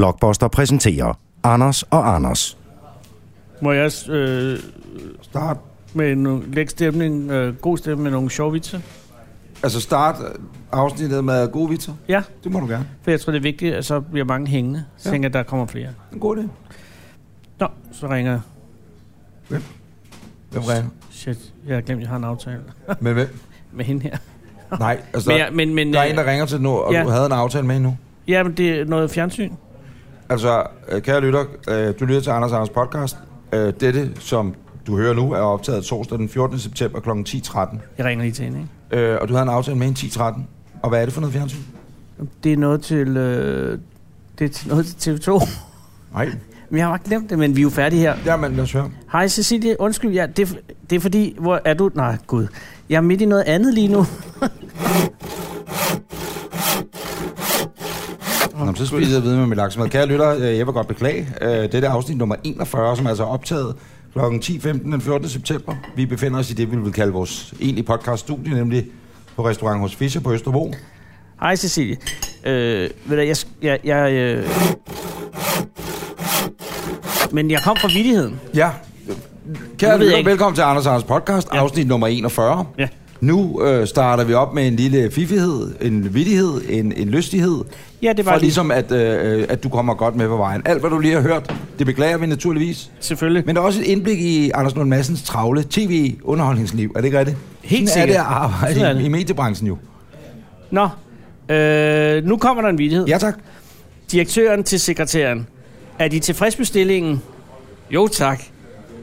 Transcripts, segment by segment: Blockbuster præsenterer Anders og Anders. Må jeg øh, Start. med en læg stemning, øh, god stemning med nogle sjove vitser? Altså start afsnittet med gode vitser. Ja, Det må du gerne. for jeg tror, det er vigtigt, at så bliver mange hængende. Så Ja. tænker jeg, at der kommer flere. En god idé. Nå, så ringer jeg. Hvem ringer? Shit, jeg har glemt, at jeg har en aftale Med hvem? med hende her. Nej, altså Men, der, jeg, men, men der er en, øh, der ringer til nu, og ja. du havde en aftale med hende nu. ja, men det er noget fjernsyn. Altså, øh, kære lytter, øh, du lytter til Anders og Anders podcast. Øh, Dette, som du hører nu, er optaget torsdag den 14. september kl. 10.13. Jeg ringer lige til hende, ikke? Øh, Og du havde en aftale med hende 10.13. Og hvad er det for noget fjernsyn? Det er noget til, øh, det er til, noget til TV2. Nej. Men jeg har bare glemt det, men vi er jo færdige her. Jamen, lad os høre. Hej Cecilie, undskyld, ja, det, er- det er fordi, hvor er du? Nej, gud. Jeg er midt i noget andet lige nu. Nå, men så spiser jeg videre med mit laksemad. Kære lytter, øh, jeg vil godt beklage. Øh, Dette er afsnit nummer 41, som er altså optaget kl. 10.15 den 14. september. Vi befinder os i det, vi vil kalde vores egentlige podcaststudie, nemlig på restaurant hos Fischer på Østerbro. Hej Cecilie. Øh, ved du, jeg... sk- jeg, jeg øh... Men jeg kom fra vidigheden. Ja. jeg Kære lytter, ikke. velkommen til Anders og Anders podcast, ja. afsnit nummer 41. Ja. Nu øh, starter vi op med en lille fiffighed, en vittighed, en, en lystighed. Ja, det var For lige... ligesom, at, øh, øh, at du kommer godt med på vejen. Alt, hvad du lige har hørt, det beklager vi naturligvis. Selvfølgelig. Men der er også et indblik i Anders Lund Madsens travle tv-underholdningsliv. Er det ikke rigtigt? Helt Sådan er det sikkert. at arbejde Sådan er i, det. i mediebranchen jo. Nå, øh, nu kommer der en vidighed. Ja tak. Direktøren til sekretæren. Er de tilfreds med stillingen? Jo tak.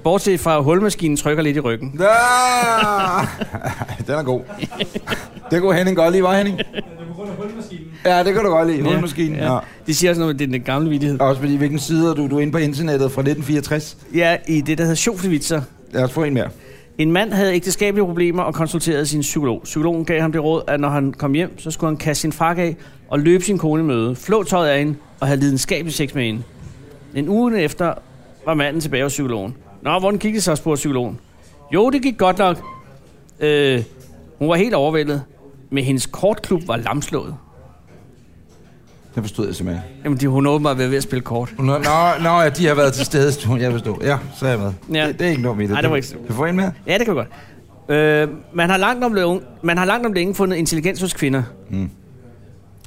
Bortset fra, at hulmaskinen trykker lidt i ryggen. Ah! Den er god. Det kunne Henning godt lide, var Henning? Ja, det kan du godt lide. Hulmaskinen. Ja, ja. Det siger også noget med det er den gamle vidighed. Også fordi, hvilken side er du? Du er inde på internettet fra 1964. Ja, i det, der hedder sjovfevitser. Lad os få en mere. En mand havde ægteskabelige problemer og konsulterede sin psykolog. Psykologen gav ham det råd, at når han kom hjem, så skulle han kaste sin frak af og løbe sin kone i møde, flå tøjet af hende og have lidenskabelig sex med hende. En uge efter var manden tilbage hos psykologen. Nå, hvordan gik det så, spurgte psykologen. Jo, det gik godt nok. Øh, hun var helt overvældet, men hendes kortklub var lamslået. Den forstod jeg simpelthen. Jamen, de, hun åbenbart været ved at spille kort. Nå, nå, nå ja, de har været til stede, stod- jeg forstår. Ja, så er jeg med. Ja. Det, det, er ikke noget med det. Nej, det var ikke- Kan vi få en mere? Ja, det kan vi godt. Øh, man, har langt om længe, man har langt om længe fundet intelligens hos kvinder.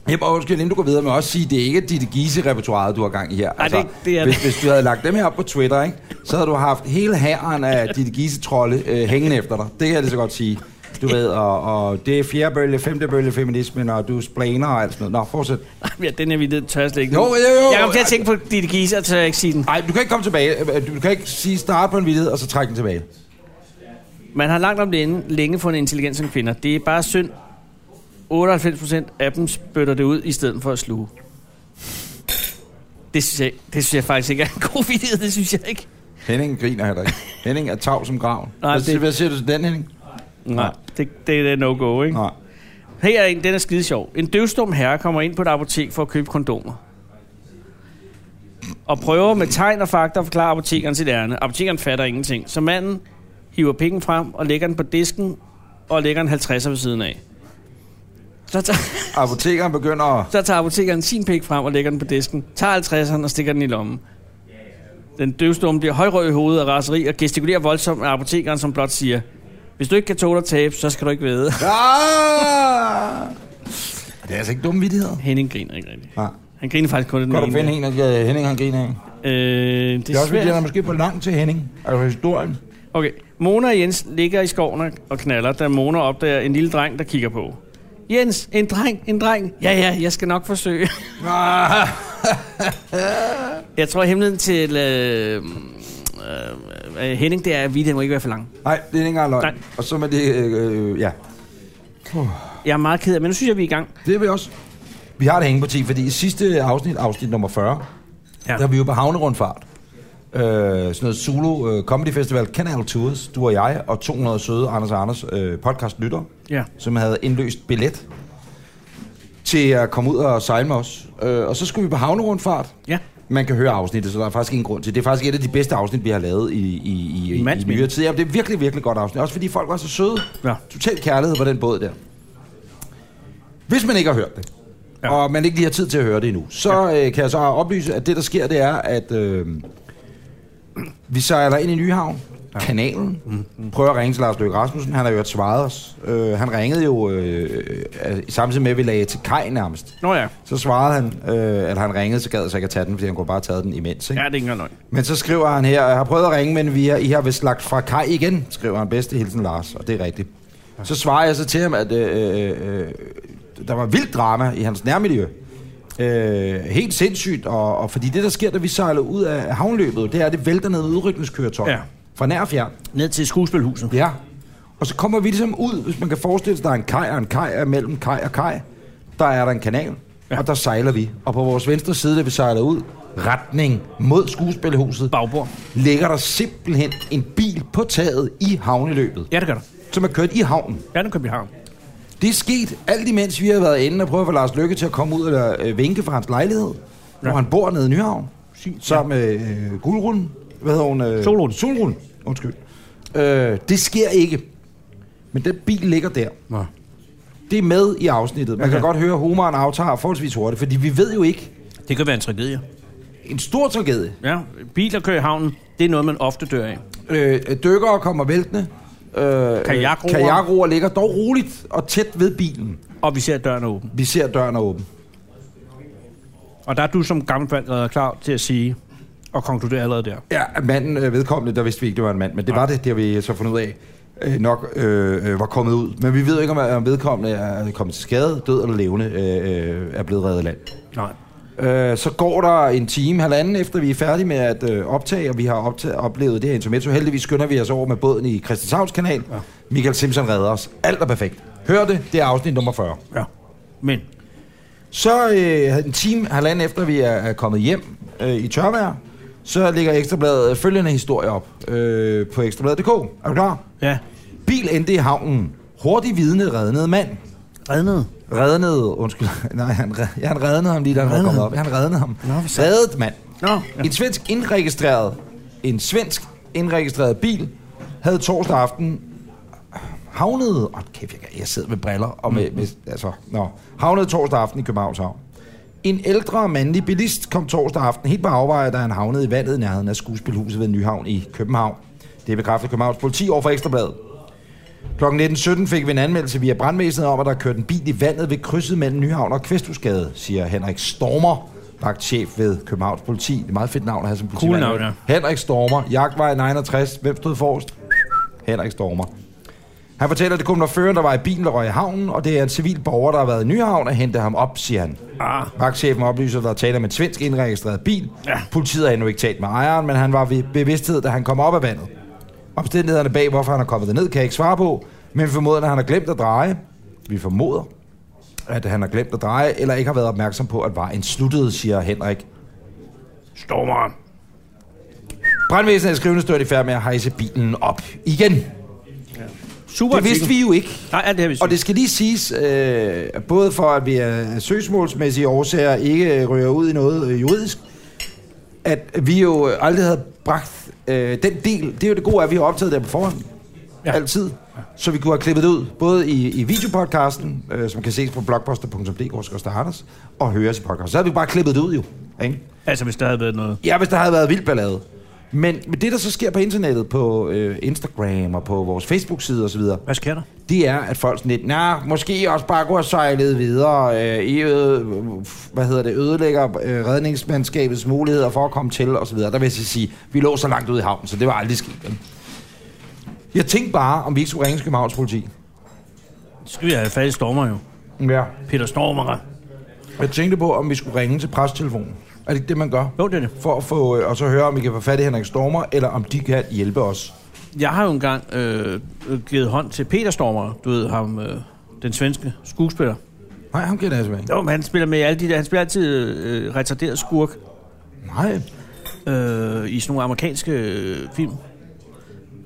Jamen, og undskyld, inden du går videre, med også sige, det er ikke dit gise-repertoire, du har gang i her. Altså, det er ikke- det er det. hvis, hvis du havde lagt dem her op på Twitter, ikke, så havde du haft hele hæren af dit gise-trolde øh, hængende efter dig. Det kan jeg lige så godt sige. Du ved, og, og det er fjerde bølge, femte bølge feminismen, og du splaner og alt sådan noget. Nå, fortsæt. Ja, den her vidighed tør jeg slet ikke. Jo, nu. jo, jo. Jeg kom til at tænke på Ditte Giese, og tør jeg ikke sige den. Nej, du kan ikke komme tilbage. Øh, Du kan ikke sige start på en vildhed, og så trække den tilbage. Man har langt om længe, længe fundet intelligens som kvinder. Det er bare synd. 98 procent af dem spytter det ud, i stedet for at sluge. Det synes jeg, det synes jeg faktisk ikke er en god vidighed, det synes jeg ikke. Henning griner heller ikke. Henning er tav som graven. Nej, Nej, hvad, det... det- hvad siger du til den, Henning? Nej, det, det er no-go, ikke? Nej. Her er en, den er skide sjov. En døvstum herre kommer ind på et apotek for at købe kondomer. Og prøver med tegn og fakta at forklare apotekeren sit ærne. Apotekeren fatter ingenting. Så manden hiver penge frem og lægger den på disken og lægger en 50'er ved siden af. Så tager, Apotekeren begynder at... så tager apotekeren sin pik frem og lægger den på disken, tager 50'eren og stikker den i lommen. Den døvstumme bliver højrød i hovedet af raseri og gestikulerer voldsomt af apotekeren, som blot siger, hvis du ikke kan tåle at tabe, så skal du ikke vide. Ah! Det er altså ikke dumme vidigheder. Henning griner ikke rigtigt. Nej. Han griner faktisk kun af den Kan du ene. finde en, at øh, Henning han griner af? Øh, det Det er er også, fordi han er svært. måske for langt til Henning. Altså historien. Okay. Mona og Jens ligger i skoven og knaller, da Mona opdager en lille dreng, der kigger på. Jens, en dreng, en dreng. Ja, ja, jeg skal nok forsøge. Ah! Jeg tror, hemmeligheden til øh, øh, øh, Henning, det er, at vi må ikke være for lang. Nej, det er ikke engang løgn. Nej. Og så med det... Øh, øh, ja. Jeg er meget ked af, men nu synes jeg, vi er i gang. Det er vi også. Vi har det hænge på 10, fordi i sidste afsnit, afsnit nummer 40, Ja. ja. der er vi jo på havnerundfart. Øh, sådan noget Zulu øh, Comedy Festival, Canal Tours, du og jeg, og 200 søde Anders og Anders øh, podcast lytter, Ja. som havde indløst billet til at komme ud og sejle med os. Øh, og så skulle vi på havnerundfart. Ja. Man kan høre afsnittet, så der er faktisk ingen grund til. Det er faktisk et af de bedste afsnit, vi har lavet i, i, i, i, i mands nyere minde. tid. Ja, det er virkelig, virkelig godt afsnit. Også fordi folk var så søde. Ja. Total kærlighed på den båd der. Hvis man ikke har hørt det, ja. og man ikke lige har tid til at høre det endnu, så ja. øh, kan jeg så oplyse, at det, der sker, det er, at øh, vi sejler ind i Nyhavn, ja. kanalen, mm. prøver at ringe til Lars Løkke Rasmussen, han har jo et svaret os. Øh, han ringede jo øh, øh, samtidig med, at vi lagde til kaj nærmest. Nå ja. Så svarede han, øh, at han ringede, så gad jeg så ikke at tage den, fordi han kunne bare tage den imens. Ikke? Ja, det er ikke engang løgn. Men så skriver han her, jeg har prøvet at ringe, men vi har, I har vist lagt fra kaj igen, skriver han. Bedste hilsen, Lars. Og det er rigtigt. Så svarer jeg så til ham, at øh, øh, der var vildt drama i hans nærmiljø. Øh, helt sindssygt, og, og fordi det, der sker, da vi sejler ud af havnløbet, det er, at det vælter ned med udrykningskøretøjer. Ja. Ja. Fra nær og fjern. Ned til skuespilhuset. Ja. Og så kommer vi ligesom ud, hvis man kan forestille sig, der er en kaj, og en kaj er mellem kaj og kaj. Der er der en kanal, ja. og der sejler vi. Og på vores venstre side, da vi sejler ud, retning mod skuespilhuset, Bagbord. ligger der simpelthen en bil på taget i havneløbet, Ja, det gør der. som er kørt i havnen. Ja, den købte jeg Det er sket alt imens vi har været inde og prøvet at få Lars Lykke til at komme ud eller øh, vinke fra hans lejlighed, ja. hvor han bor nede i Nyhavn, sammen med øh, Guldrunden. Hvad hedder hun? Øh, Solrun. Solrun, undskyld. Øh, det sker ikke. Men den bil ligger der. Nå. Det er med i afsnittet. Man kan Okay. godt høre, at humoren aftager forholdsvis hurtigt, fordi vi ved jo ikke Det kan være en tragedie. en stor tragedie. Ja, biler kører i havnen, det er noget, man ofte dør af. Øh, dykkere kommer væltende. Øh, Kajakroer. Kajakroer ligger dog roligt og tæt ved bilen. Og vi ser, at døren er åben. Vi ser døren er åben. Og der er du som gammel forældre klar til at sige og konkludere allerede der. Ja, manden øh, vedkommende, der vidste vi ikke, det var en mand, men det var det, det har vi så fundet ud af, øh, nok øh, øh, var kommet ud. Men vi ved ikke, om, om vedkommende er kommet til skade, død eller levende, øh, øh, er blevet reddet i land. Nej. Øh, så går der en time, halvanden, efter vi er færdige med at øh, optage, og vi har optage, oplevet det her intermezzo. Heldigvis skynder vi os over med båden i Christianshavns kanal. Ja. Michael Simpson redder os. Alt er perfekt. Hør det, det er afsnit nummer 40. Ja. Men Så øh, en time, halvanden efter vi er, er kommet hjem øh, i tørvejr, så ligger Ekstrabladet følgende historie op øh, på ekstrabladet.dk. Er du klar? ja, Bil endte i havnen. Hurtig vidne reddede mand. rednet. Reddede, undskyld, nej, han, red, ja, han reddede ham lige, da han var Reddede kommet op. Han reddede ham. Nå, for satan. reddet mand. Nå, ja. En svensk indregistreret, en svensk indregistreret bil havde torsdag aften havnet, åh oh, kæft, jeg, kan- jeg sidder med briller, og med, med altså, nå, havnede torsdag aften i Københavns Havn. En ældre mandlig bilist kom torsdag aften helt på afveje, da han havnede i vandet i nærheden af skuespilhuset ved Nyhavn i København. Det bekræfter Københavns politi over for Ekstrabladet. Kl. 19.17 fik vi en anmeldelse via brandvæsenet om, at der kørte en bil i vandet ved krydset mellem Nyhavn og Kvæsthusgade, siger Henrik Stormer, vagtchef ved Københavns Politi. Det er et meget fedt navn at have som politimand. navn, ja. Henrik Stormer, Jagtvej 69. Hvem stod forrest? Henrik Stormer. Han fortæller, at det kun var føreren, der var i bilen, der røg i havnen, og det er en civil borger, der har været i Nyhavn og hente ham op, siger han. Ah. Vagtchefen oplyser, at der er tale om en svensk indregistreret bil. Ja. Politiet har endnu ikke talt med ejeren, men han var ved bevidsthed, da han kom op af vandet. Omstændighederne bag, hvorfor han er kommet derned, kan jeg ikke svare på, men vi formoder, at han har glemt at dreje. Vi formoder, at han har glemt at dreje, eller ikke har været opmærksom på, at vejen sluttede, siger Henrik Stormeren. Brandvæsenet er skrivende størt i færd med at hejse bilen op igen. Super Det vidste artikel. vi jo ikke. Nej, alt det her vidste Og det skal lige siges, øh, både for at vi af søgsmålsmæssige årsager ikke øh, ryger ud i noget øh, juridisk, at vi jo øh, aldrig havde bragt øh, den del. Det er jo det gode, at vi har optaget der på forhånd. Ja. Ja. Altid. Så vi kunne have klippet det ud, både i, i videopodcasten, øh, som kan ses på blogposter.dk-anders, og høres i podcasten. Så havde vi bare klippet det ud jo. Ikke? Altså, hvis der havde været noget. Ja, hvis der havde været vild ballade. Men, men det, der så sker på internettet, på øh, Instagram og på vores Facebook-side osv., Hvad sker der? det er, at folk sådan lidt, nah, måske I også bare kunne have sejlet videre. Øh, I øde, hvad hedder det, ødelægger øh, redningsmandskabets muligheder for at komme til, og så videre. Der vil jeg så sige, vi lå så langt ude i havnen, så det var aldrig sket. vel? Jeg tænkte bare, om vi ikke skulle ringe til Københavns politi. Så skal vi have fat i Stormer jo. Ja. Peter Stormere. Jeg tænkte på, om vi skulle ringe til presstelefonen. Er det ikke det, man gør? Jo, det er det. For at få, øh, og så høre, om vi kan få fat i Henrik Stormer, eller om de kan hjælpe os. Jeg har jo engang øh, øh, givet hånd til Peter Stormere. Du ved ham, øh, den svenske skuespiller. Nej, ham kender jeg simpelthen ikke. Jo, men han spiller med i alle de der. Han spiller altid øh, retarderet skurk Nej. øh, i sådan nogle amerikanske øh, film.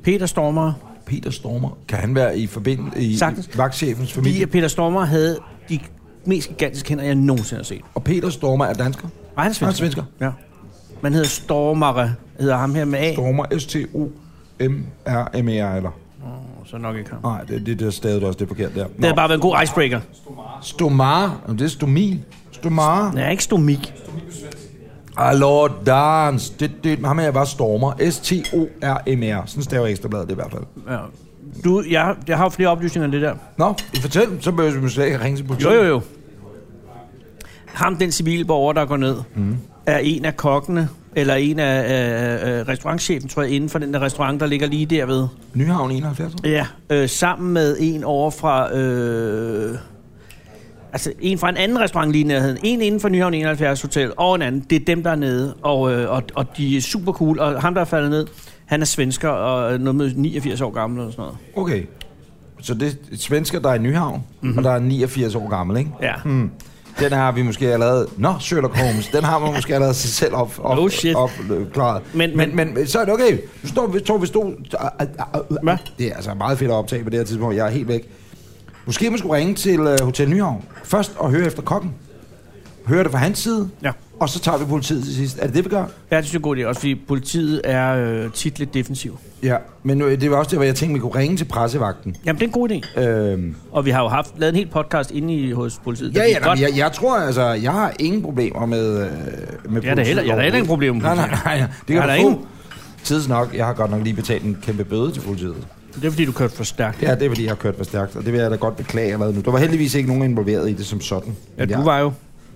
Peter Stormere. Peter Stormer. Kan han være i forbindelse i Sagtens. i vagtchefens Fordi familie? at Peter Stormer havde de mest gigantiske hænder, jeg nogensinde har set. Og Peter Stormer er dansker. Nej, han er svensker. Han er svensker. Ja. Man hedder Stormare, hedder ham her med A. Stormer, S-T-O-M-R-M-E-R, E eller? Oh, så nok ikke ham. Nej, det, det, det stavede også det forkert der. Det havde bare været en god icebreaker. Stomar. Jamen, det er stomil. Stomar. Nej, ikke stomik. Hallo, dans. Det, det, ham her var Stormer. S-T-O-R-M-R. E Sådan staver ekstrabladet det i hvert fald. Ja. Du, jeg, jeg har jo flere oplysninger end det der. Nå, fortæl. Så behøver vi måske ikke ringe til Jo, politiet. jo, jo. Ham, den civile borger, der går ned, mm. er en af kokkene, eller en af øh, øh, restaurantchefen, tror jeg, inden for den der restaurant, der ligger lige derved. Nyhavn 71. Ja. Øh, sammen med en over fra... Øh, altså, en fra en anden restaurant lige i nærheden. En inden for Nyhavn 71 Hotel, og en anden. Det er dem, der er nede, og, øh, og, og de er super cool. Og ham, der er faldet ned, han er svensker, og er noget med 89 år gammel og sådan noget. Okay. Så det er svensker, der er i Nyhavn, Mhm. mm-hmm. og der er 89 år gammel, ikke? Ja. Mm. Den har vi måske allerede... Nå, Sherlock Holmes. Den har man måske allerede sig selv op, op, Oh, shit. opklaret. Men- men, men, men, så er det okay. Nu står vi, tror vi stod... Hvad? Det er altså meget fedt at optage på det her tidspunkt. Jeg er helt væk. Måske man skulle ringe til uh, Hotel Nyhavn først og høre efter kokken. Høre det fra hans side. Ja. Og så tager vi politiet til sidst. Er det det, vi gør? Ja, det synes jeg er en god idé, også fordi politiet er øh, tit lidt defensiv. Ja. Men øh, det var også det, hvor jeg tænkte, vi kunne ringe til pressevagten. Jamen, det er en god idé. Øhm, Og vi har jo haft, lavet en hel podcast inde i, hos politiet. Ja, Det ja, gik nej, jeg, jeg tror altså, jeg har ingen problemer med, øh, med Jeg har da heller, jeg har da heller ingen problemer med Nej, nej, politiet. nej, nej. det Jeg kan har da du få. ingen. Tids nok, jeg har godt nok lige betalt en kæmpe bøde til politiet. Det er fordi, du kørte for stærkt. Ja, det er fordi, jeg har kørt for stærkt, og det vil jeg da godt beklage allerede nu. Der var heldigvis ikke nogen involveret i det som sådan. Ja, Men jeg, du var jo...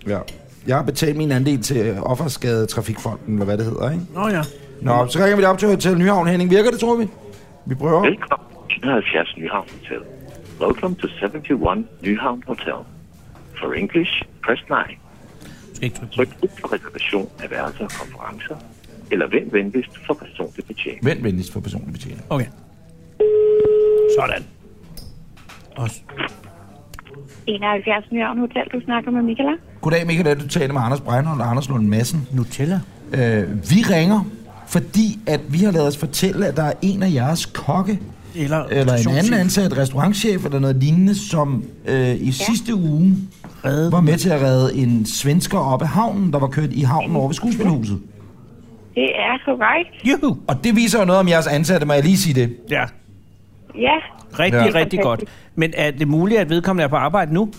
Ja. Jeg har betalt min andel til Offerskade Trafikfonden, eller hvad det hedder, ikke? Nå ja. Nå, så ringer vi det op til Hotel Nyhavn, Henning. Virker det, tror vi? Vi prøver. Velkommen til 71 Nyhavn Hotel. Welcome to 71 Nyhavn Hotel. For English, press 9. Du skal ikke trykke på. Tryk 1 for reservation af værelser og konferencer, eller vend venligst for personlig betjening. Vent venligst for personlig betjening. Okay. Sådan. Og, 71 Nyhavn Hotel, du snakker med Michaela. Goddag, Michael. Du taler med Anders Breinholt og Anders Lund Madsen. Nutella? Øh, vi ringer, fordi at vi har lavet os fortælle, at der er en af jeres kokke, Eller, eller en anden stationschef. ansat restaurantchef eller noget lignende, som øh, i ja. sidste uge Redde- var med til at redde en svensker op af havnen, der var kørt i havnen over ved skuespilhuset. Det er korrekt. Juhu! Og det viser jo noget om jeres ansatte, må jeg lige sige det. Ja, Ja, rigtig, ja. Ja. rigtig godt. Men er det muligt, at vedkommende er på arbejde nu?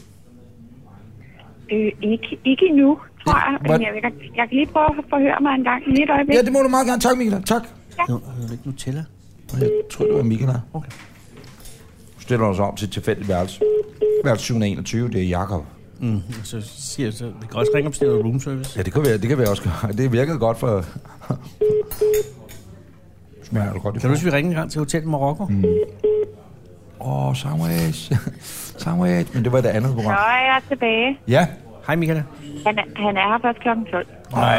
øh, ikke, ikke endnu, tror jeg. Men Hvad- jeg, vil, godt- jeg kan lige prøve at forhøre mig en gang i et øjeblik. Ja, det må du meget gerne. Tak, Michael. Tak. Hedder det ikke øh, Nutella? Jeg tror, det var Michael her. Okay. Nu stiller du os om til et tilfældigt værelse. Værelse 721, det er Jakob. Mm, så siger jeg, så vi kan også ringe op til noget room service. Ja, det kan være, det kan være også gøre. Det virkede godt for... Smager det godt. i Kan du huske, vi ringer en gang til Hotel Marokko? Mm. Åh, oh, sandwich. sandwich. Men det var det andet Så program. er jeg tilbage. Ja. Hej, Michaela. Han er, han er her først kl. 12. Nej,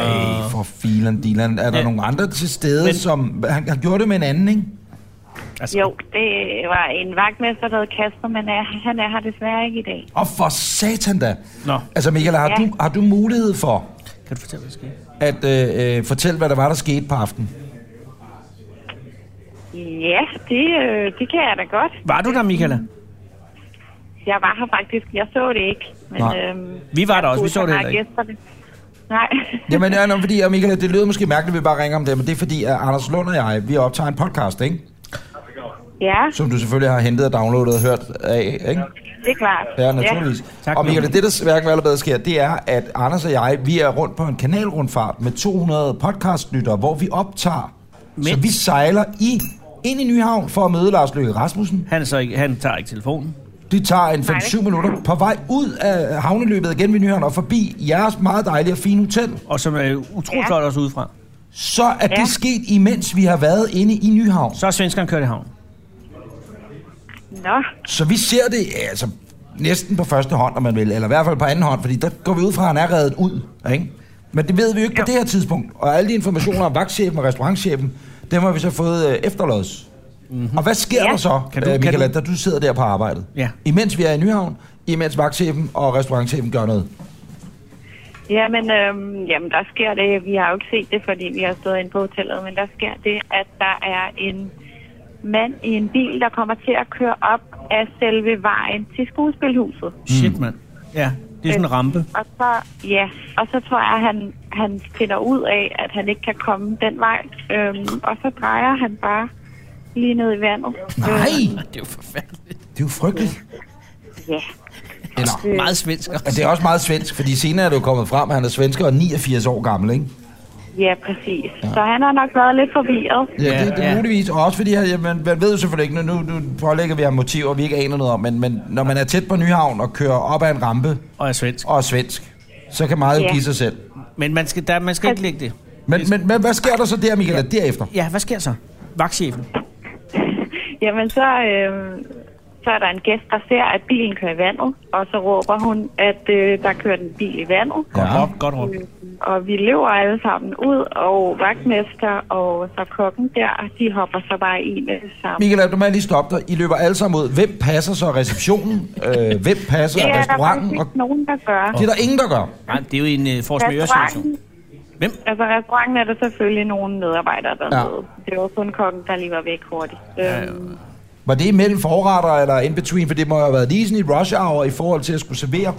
for filen, Dylan. Er der Ja. ja. nogle andre til stede, Men- men... som... Han, han gjorde det med en anden, ikke? Altså, Jo, det var en vagtmester, der hed Kasper, men er, han er her desværre ikke i dag. Og for satan da. Nå. Altså, Michael, har, Ja. ja. du, har du mulighed for Kan du fortælle, hvad der skete? at øh, øh, fortælle, hvad der var, der skete på aftenen? Ja, det, øh, det kan jeg da godt. Var du der, Michaela? Jeg var her faktisk. Jeg så det ikke. Men, Nej. øhm, Vi var der jeg også. Vi skulle så det have heller ikke. gæsterne. Nej. Jamen, ja, nå, fordi, ja, Michael, det lyder måske mærkeligt, at vi bare ringer om det, men det er fordi, at Anders Lund og jeg, vi optager en podcast, ikke? ja, Som du selvfølgelig har hentet og downloadet og hørt af, ikke? det er klart. Ja, naturligvis. Tak, Ja. Og Michael, Lone. det der hverken eller bedre sker, det er, at Anders og jeg, vi er rundt på en kanalrundfart med 200 podcastlyttere, hvor vi optager. Men- Men. Så vi sejler i ind i Nyhavn for at møde Lars Løkke Rasmussen. Han, er så ikke, han tager ikke telefonen. Det tager en 5-7 minutter på vej ud af havneløbet igen ved Nyhavn og forbi jeres meget dejlige og fine hotel. Og som er utrolig Ja. flot også udefra. Så er ja. Ja. det sket, imens vi har været inde i Nyhavn. Så er svenskeren kørt i havn. Mm. Nå, Så vi ser det altså næsten på første hånd, om man vil, eller i hvert fald på anden hånd, fordi der går vi ud fra, at han er reddet ud, ikke? Men det ved vi jo ikke på det her tidspunkt. Og alle de informationer om vagtchefen og restaurantchefen, dem har vi så fået øh, efterlods. Mm-hmm. Og hvad sker Ja. der så, Mhm. Kan kan du- du, kan øh, Michaela, du- da du sidder der på arbejdet? Ja. Imens vi er i Nyhavn, imens vagtchefen og restaurantchefen gør noget. Jamen, øhm, jamen, der sker det. Vi har jo ikke set det, fordi vi har stået inde på hotellet, men der sker det, at der er en mand i en bil, der kommer til at køre op af selve vejen til skuespilhuset. Shit, mand. Ja, det er sådan en rampe. Og så, ja, og så tror jeg, at han, han finder ud af, at han ikke kan komme den vej. Øhm, og så drejer han bare lige ned i vandet. Nej, Det er jo forfærdeligt. det er jo frygteligt. Ja. Eller, Meget svensker. altså, det er også meget svensk, fordi senere er det jo kommet frem, at han er svensker og 89 år gammel, ikke? Ja, præcis. Ja. Så han har nok været lidt forvirret. Ja, Ja, det, det er ja. muligvis. Og også fordi, ja, man, man ved jo selvfølgelig ikke, nu, nu nu pålægger vi ham motiver, vi ikke aner noget om, men, men når man er tæt på Nyhavn og kører op ad en rampe Og er svensk. og er svensk, så kan meget jo Ja. give sig selv. Men man skal, der, man skal ikke lægge det. Men, men, men hvad sker der så der, Michael, derefter? Altså- Ja, hvad sker så? Vagtchefen. Jamen, så, øh, så er der en gæst, der ser, at bilen kører i vandet, og så råber hun, at øh, der kører en bil i vandet. Øh, Godt Ja. ja. råb, godt råb. Og vi løber alle sammen ud, og vagtmester og så kokken der, de hopper så bare i med det samme. Michael, du må jeg lige stoppe dig. I løber alle sammen ud. Hvem passer så receptionen? Øh, hvem passer Det er der restauranten? faktisk Og ikke nogen, der gør. det er der ingen, der gør. Nej, det er jo en uh, force majeure situation. Restauranten, Hvem? altså restauranten er der selvfølgelig nogle medarbejdere dernede. Ja. Det var kun kokken, der lige var væk hurtigt. Øhm, Ja, Var det imellem forretter eller in between? For det må jo have været lige sådan i rush hour i forhold til at skulle servere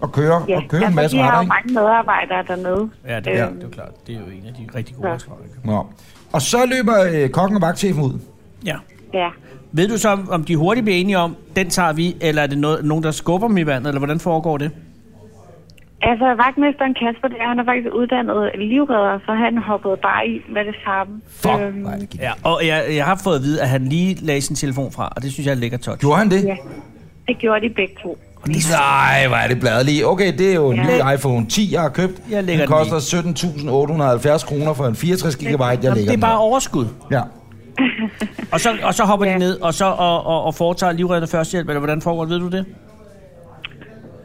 og køre, og køre en masse de altså, har retter, jo ikke? mange medarbejdere dernede. altså. Ja, det er, Øhm, det er jo klart. Det er jo en af de rigtig gode Ja. restauranter. Nå. Og så løber øh, kokken og vagtchefen ud. Ja. Ja. Ved du så, om om de hurtigt bliver enige om, den tager vi, eller er det noget, nogen, der skubber dem i vandet, eller hvordan foregår det? Altså, vagtmesteren Kasper, der, han er faktisk uddannet livredder, så han hoppede bare i med det samme. Fuck, hvor er det gik. Ja, og jeg, jeg har fået at vide, at han lige lagde sin telefon fra, og det synes jeg er lækkert touch. Gjorde han det? ja, det gjorde de begge to. Nej, hvor er det bladet lige. Okay, det er jo en ny Ja. iPhone 10, jeg har købt. Jeg lægger den den koster 17.870 kroner for en 64 GB. Jeg lægger Jamen, det er den bare her. overskud. Ja. Og så, og så hopper ja. de Ja. ned, og, så, og, og, og foretager livreddende førstehjælp, eller hvordan foregår det, ved du det?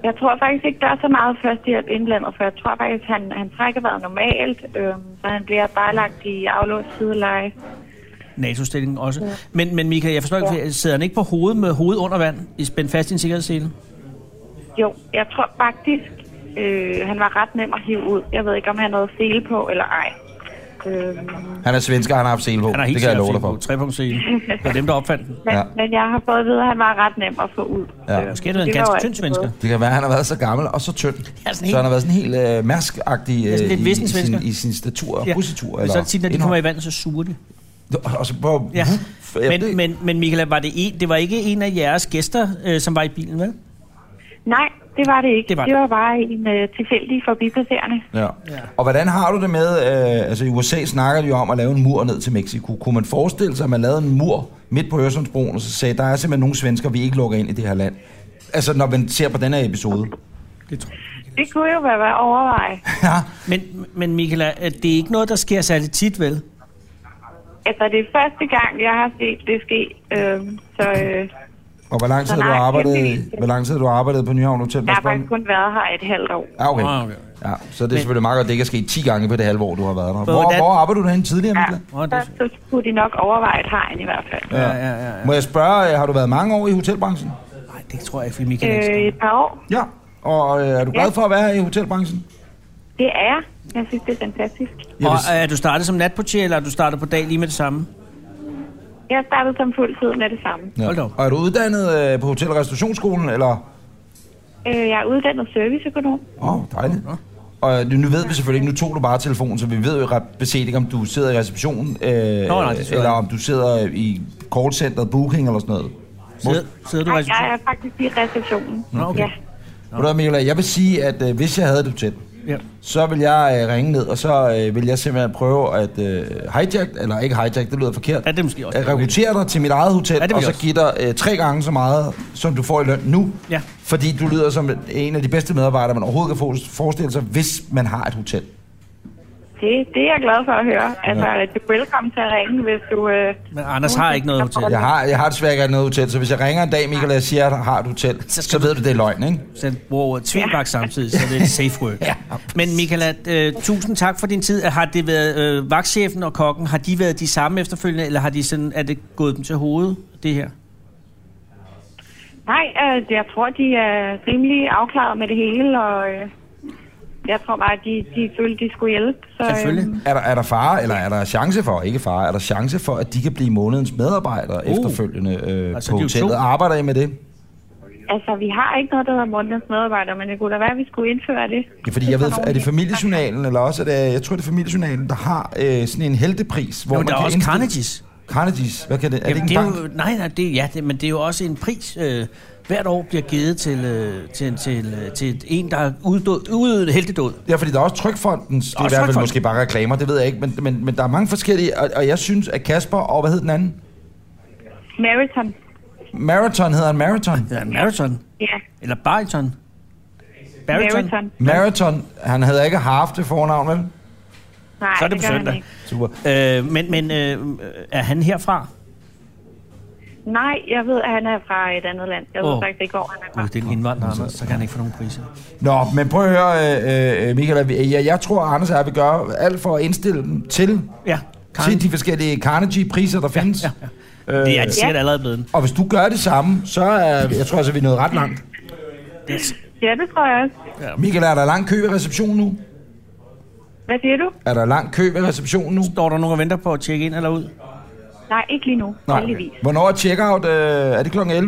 Jeg tror faktisk ikke, der er så meget førstehjælp indblandet, for jeg tror faktisk, han, han trækker vejret normalt, øhm, så han bliver bare lagt i aflåst sideleje. NATO-stillingen også. Ja. Men, men Michael, jeg forstår ikke, ja. sidder han ikke på hovedet med hovedet under vand, i spændt fast i en sikkerhedssele? Jo, jeg tror faktisk, øh, han var ret nem at hive ud. Jeg ved ikke, om han havde sele på eller ej. Øhm, Han er svensker, han har haft sele på. Han har helt det kan jeg love dig sikkert for. på trepunktssele. Det er dem, der opfandt den. men, Ja. ja. men jeg har fået at vide, at han var ret nem at få ud. Øhm, Ja. Måske har det været en var altså jo ganske tynd altid svensker. noget. Det kan være, at han har været så gammel og så tynd. Ja, sådan så helt- han har været sådan helt øh, mærskagtig øh, sådan lidt i, i, vissen sin, svensker. i sin statur og Ja. positur. Men så er det tit, når de kommer i vandet, så suger de. vand. Og så på... Ja. Mhm. det- Men, men, men Michael, var det, en, det var ikke en af jeres gæster, øh, som var i bilen, vel? Nej, det var det Det ikke. Det var var, det. det var bare en øh, tilfældig forbipasserende. Ja. Og hvordan har du det med, øh, altså i USA snakker de jo om at lave en mur ned til Mexico. Kunne man forestille sig, at man lavede en mur midt på Øresundsbroen, og så sagde, der er simpelthen nogle svensker, vi ikke lukker ind i det her land? Altså, når man ser på den her episode. Det kunne jo være værd at overveje. Ja, Men, men Michael, er- det er ikke noget, der sker særlig tit, vel? Altså, det er første gang, jeg har set det ske. Øhm, så øh, og hvor lang tid har du Nej, arbejdet, heldigvis. hvor lang tid har du arbejdet på Nyhavn Hotel? jeg har faktisk kun været her et halvt år. Ja, okay. Ah, okay. Ja, så det er selvfølgelig meget godt, at det ikke er sket 10 gange på det halve år, du har været der. Hvor, Hvordan- hvor arbejder du hen tidligere, Ja, Mikkel? Åh, det er så, så skulle de nok overveje et hegn i hvert fald. Ja, ja, ja. ja. Må jeg spørge, øh, har du været mange år i hotelbranchen? Nej, det tror jeg ikke, fordi Michael er Øh, øh, et par år. Ja. Og øh, er du Ja. glad for at være her i hotelbranchen? Det er jeg. Jeg synes, det er fantastisk. Jeg Og vil, er du startet som natportier, eller er du startet på dag lige med det samme? Jeg startede som fuldtid med det samme. ja. hold da op. Og er du uddannet øh, på Hotel- og Restaurationsskolen, eller? Øh, jeg er uddannet serviceøkonom. Åh, oh, dejligt. Og nu nu ved vi selvfølgelig ikke, nu tog du bare telefonen, så vi ved jo ret beset ikke, om du sidder i receptionen, øh, Nå, nej, det tror jeg eller ikke. om du sidder i callcenteret, booking eller sådan noget. Sidder, sidder du i Nej, jeg receptionen? er faktisk i receptionen. Nå, okay. Ja. Ved du hvad, Michael, jeg vil sige, at øh, hvis jeg havde et hotel, Ja. så vil jeg øh, ringe ned, og så øh, vil jeg simpelthen prøve at øh, hijack, eller ikke hijack, det lyder forkert. Ja, det er måske også At rekruttere dig til mit eget hotel, Ja, det vil og jeg så også. give dig øh, tre gange så meget, som du får i løn nu. Ja. Fordi du lyder som en af de bedste medarbejdere, man overhovedet kan få- forestille sig, hvis man har et hotel. Det, det er jeg glad for at høre. Altså, du er velkommen til at ringe, hvis du... Øh, Men Anders har ikke noget hotel. Jeg har, jeg har desværre ikke noget hotel, så hvis jeg ringer en dag, Michael, og jeg siger, at jeg har et hotel, så, Så så skal ved du, det er løgn, ikke? Så han bruger ordet tvivlbak samtidig, så det er et safe word. Ja. Men Michael, øh, tusind tak for din tid. Har det været øh, vagtchefen og kokken, har de været de samme efterfølgende, eller har de sådan, er det gået dem til hovedet, det her? nej, øh, jeg tror, de er rimelig afklaret med det hele, og... Øh, jeg tror bare, at de, de følte, de skulle hjælpe. Så, øh, Selvfølgelig. Er der, er der fare, eller er der chance for, ikke fare, er der chance for, at de kan blive månedens medarbejdere Uh. efterfølgende øh, Altså, på de er jo hotellet? to. Arbejder I med det? Øh, altså, vi har ikke noget, der hedder månedens medarbejder, men det kunne da være, at vi skulle indføre det. Ja, fordi jeg ved, Sådan er det nogle- familiejournalen, eller også er det, jeg tror, det er familiejournalen, der har øh, sådan en heltepris, hvor Jo, man der er kan også indstille- Carnegies. Carnegie's, hvad kan det? Er Jamen, det ikke en er bank? jo, nej, nej, det, ja, det, men det er jo også en pris, øh, hvert år bliver givet til, øh, til, til, øh, til en, der er uddød, udøvet en heldigdød. Ja, fordi der er også Trykfondens, det er i hvert fald Trygfonden. måske bare reklamer, det ved jeg ikke, men, men, men der er mange forskellige, og, og jeg synes, at Kasper, og hvad hed den anden? Marathon. Marathon hedder en marathon. Det er en marathon. Ja, Eller bariton. Bariton. Marathon. Marathon, han havde ikke haft det fornavn, vel? Nej, Så er det på gør han søndag. ikke. Super. Øh, men men øh, er han herfra? Nej, jeg ved, at han er fra et andet land. Jeg ved Åh. faktisk ikke, hvor han er fra. Gud, det er en indvandrer, Anders, så kan han ikke få nogen priser. Nå, men prøv at høre, øh, øh, Michael, at vi- jeg, jeg tror, at Anders og jeg vil gøre alt for at indstille dem til, Ja, Karen. til de forskellige Carnegie-priser, der findes. ja, ja. Øh, Det er de sikkert Ja. allerede blevet. Og hvis du gør det samme, så er, jeg tror altså, vi er nået ret langt. Det, Ja, det tror jeg også. Michael, er der lang kø ved receptionen nu? Hvad siger du? Er der lang kø ved receptionen nu? står der nogen og venter på at tjekke ind eller ud? Nej, ikke lige nu. Nej. Heldigvis. Hvornår er check-out? Øh, er det kl. 11? Det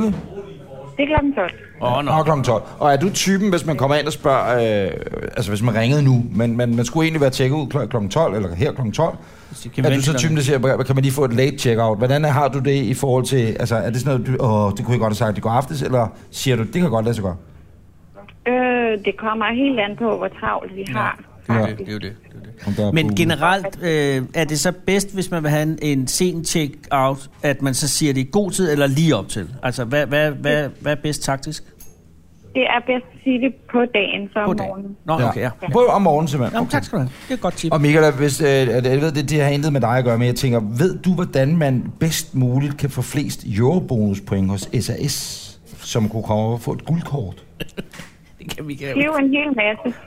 er klokken 12. Åh, oh, nå. Nå, kl. 12. Og er du typen, hvis man kommer ind og spørger, øh, altså hvis man ringede nu, men, men man skulle egentlig være tjekket ud kl. kl. 12, eller her kl. 12, Så kan vi er du vente så lidt. typen, der siger, kan man lige få et late check-out? Hvordan er- har du det i forhold til, altså er det sådan noget, du, åh, det kunne jeg godt have sagt i går aftes, eller siger du, det kan godt lade sig gøre? Øh, det kommer helt an på, hvor travlt vi har. Ja. faktisk. Det er jo det. det, er jo det. Om der er Men på- generelt, øh, er det så bedst, hvis man vil have en, en sen check-out, at man så siger det i god tid eller lige op til? Altså, hvad, hvad, hvad, hvad er bedst taktisk? Det er bedst at sige det på dagen, så om dagen. morgenen. Nå, okay, ja. På om morgenen simpelthen. Nå, tak skal du have. Det er et godt tip. Og Michael, hvis, øh, at jeg ved, det, det har intet med dig at gøre, men jeg tænker, ved du, hvordan man bedst muligt kan få flest eurobonuspoint hos SAS, som kunne komme op og få et guldkort? Det kan vi ikke Flyv en hel masse.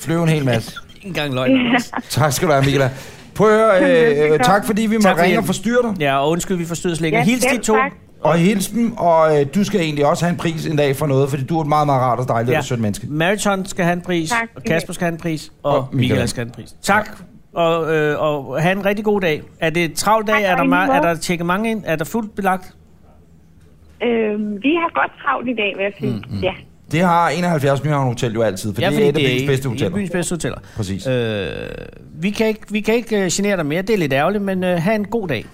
Flyve en hel masse. en gang løgn. Anders. Tak skal du have, Michael. Prøv at høre, øh, øh, tak fordi vi må Tak for ringe og hjælpen. forstyrre dig. Ja, og undskyld, vi forstyrrer slet ikke. Ja, Hils de selv to. tak. Og hils dem, og øh, du skal egentlig også have en pris en dag for noget, fordi du er et meget, meget rart og dejligt ja. og sødt menneske. Marathon skal have en pris, Tak. og Kasper skal have en pris, og, Og og Michael. Michael skal have en pris. Tak, og, øh, og have en rigtig god dag. Er det en travl dag? Tak, er, og der i meget, lige er måde. der tjekket mange ind? Er der fuldt belagt? Øhm, vi har godt travlt i dag, vil jeg sige. Mm, mm. Ja. Det har 71 Nyhavn Hotel jo altid, for ja, det er et af byens bedste hoteller. et af byens bedste hoteller. Præcis. Øh, vi kan ikke, vi kan ikke øh, genere dig mere, det er lidt ærgerligt, men øh, have en god dag.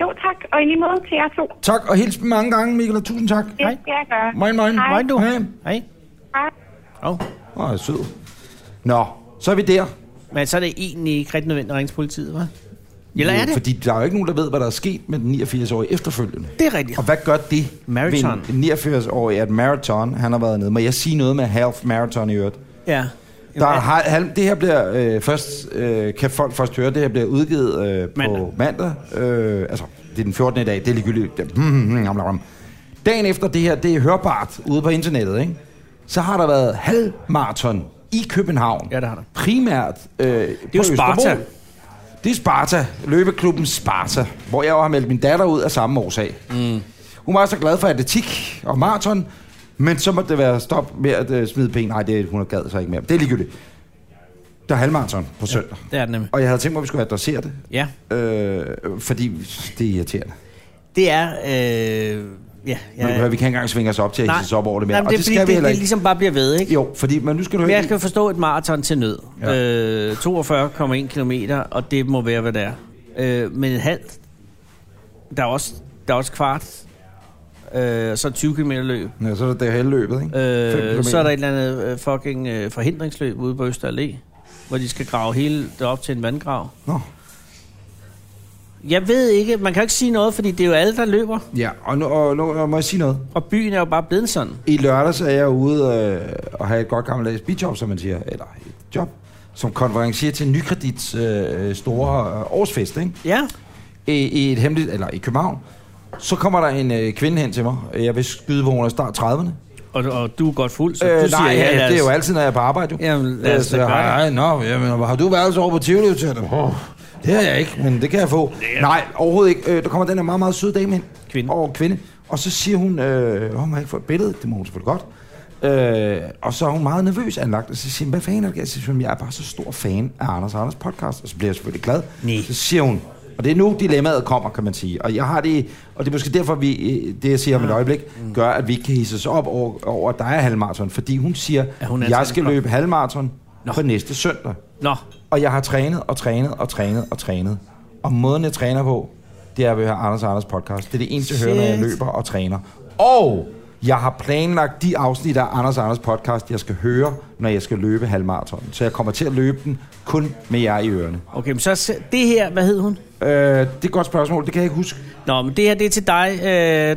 Jo, tak. Og i lige måde til jer to. Tak, og hils dem mange gange, Michael, og tusind tak. Det Hej. skal jeg gøre. Moin, moin. Hej. Moin du. Hej. Hej. Hej. Oh. Åh, oh, sød. Nå, så er vi der. Men så er det egentlig ikke rigtig nødvendigt at ringe til politiet, hva'? Eller er det? Fordi der er jo ikke nogen, der ved, hvad der er sket med den 89-årige efterfølgende. Det er rigtigt. Og hvad gør det Marathon. ved en 89-årig, at marathon, han har været nede? Må jeg sige noget med half marathon i øvrigt? Ja. Der er, hal- hal- det her bliver øh, først, øh, kan folk først høre, det her bliver udgivet øh, Mandag. på mandag. Øh, altså, det er den 14. i dag, det er ligegyldigt. Det- hmm, hmm, hmm, ham, ham, ham. Dagen efter det her, det er hørbart ude på internettet, ikke? Så har der været halvmarathon i København. Ja, det har der. Primært øh, Det er jo Sparta. Det er Sparta, løbeklubben Sparta, hvor jeg jo har meldt min datter ud af samme årsag. Mm. Hun var så glad for atletik og maraton, men så måtte det være stop med at øh, smide ben. Nej, det, hun gad så ikke mere. Det er ligegyldigt. Der er halvmarathon på søndag. Det er det nemlig. Og jeg havde tænkt mig, at vi skulle adressere det, Ja. øh, fordi det er irriterende. Det er... Øh, ja, Ja, ja. ja. Vi kan ikke engang svinge os op til at hisse os op over det mere. Nej, men og det, er, det, fordi skal vi det, heller det ikke. ligesom bare bliver ved, ikke? Jo, fordi, men nu skal du Men høre... jeg kan forstå et maraton til nød. Ja. Ja. Øh, 42,1 km, og det må være, hvad det er. Øh, men et halvt, der er også, der er også kvart, øh, og så 20 km løb. Ja, så er det det hele løbet, ikke? Fem Øh, kilometer. så er der et eller andet øh, fucking øh, forhindringsløb ude på Øster Allé, hvor de skal grave hele det op til en vandgrav. Nå. Jeg ved ikke, man kan jo ikke sige noget, fordi det er jo alle, der løber, Ja, og nu, og, nu og må jeg sige noget. og byen er jo bare blevet sådan. I lørdags er jeg ude øh, og har et godt gammeldags bijob, som man siger, eller et job, som konferencier til Nykredits øh, store øh, årsfest, ikke? Ja, I, I et hemmeligt, eller i København. Så kommer der en øh, kvinde hen til mig. Jeg vil skyde, hvor hun er start 30'erne. og, og du er godt fuld, så Øh, du nej, siger, ja, ja, lad det er jo os- altid, når jeg er på arbejde. Jo. Jamen, lad os Øh, da jeg, gøre det. nej, nå, jamen, og har du været over på Tivoli til dem? Oh, det har jeg ikke, men det kan jeg få. Nej, overhovedet ikke. Øh, der kommer den her meget, meget søde dame ind. Kvinde. Og kvinde. Og så siger hun, øh, "Åh, må jeg ikke få et billede? Det må hun selvfølgelig godt. Øh, og så er hun meget nervøs anlagt, og så siger hun, hvad fanden er det? Jeg siger, "Jamen, jeg er bare så stor fan af Anders og Anders podcast, og så bliver jeg selvfølgelig glad. Nej. Så siger hun, og det er nu dilemmaet kommer, kan man sige. Og jeg har det, og det er måske derfor, vi, øh, det jeg siger om et øjeblik, Mm. gør, at vi ikke kan hisse os op over, over at der er halvmarathon. Fordi hun siger, Ja, hun er jeg altså skal lidt løbe halvmarathon på næste søndag. Nå, Og jeg har trænet og trænet og trænet og trænet. Og måden, jeg træner på, det er at høre Anders og Anders podcast. Det er det eneste, jeg hører, når jeg løber og træner. Og jeg har planlagt de afsnit af Anders og Anders podcast, jeg skal høre, når jeg skal løbe halvmarathon. Så jeg kommer til at løbe den kun med jer i ørerne. Okay, men så se- det her, hvad hed hun? Øh, det er et godt spørgsmål, det kan jeg ikke huske. Nå, men det her, det er til dig. Øh,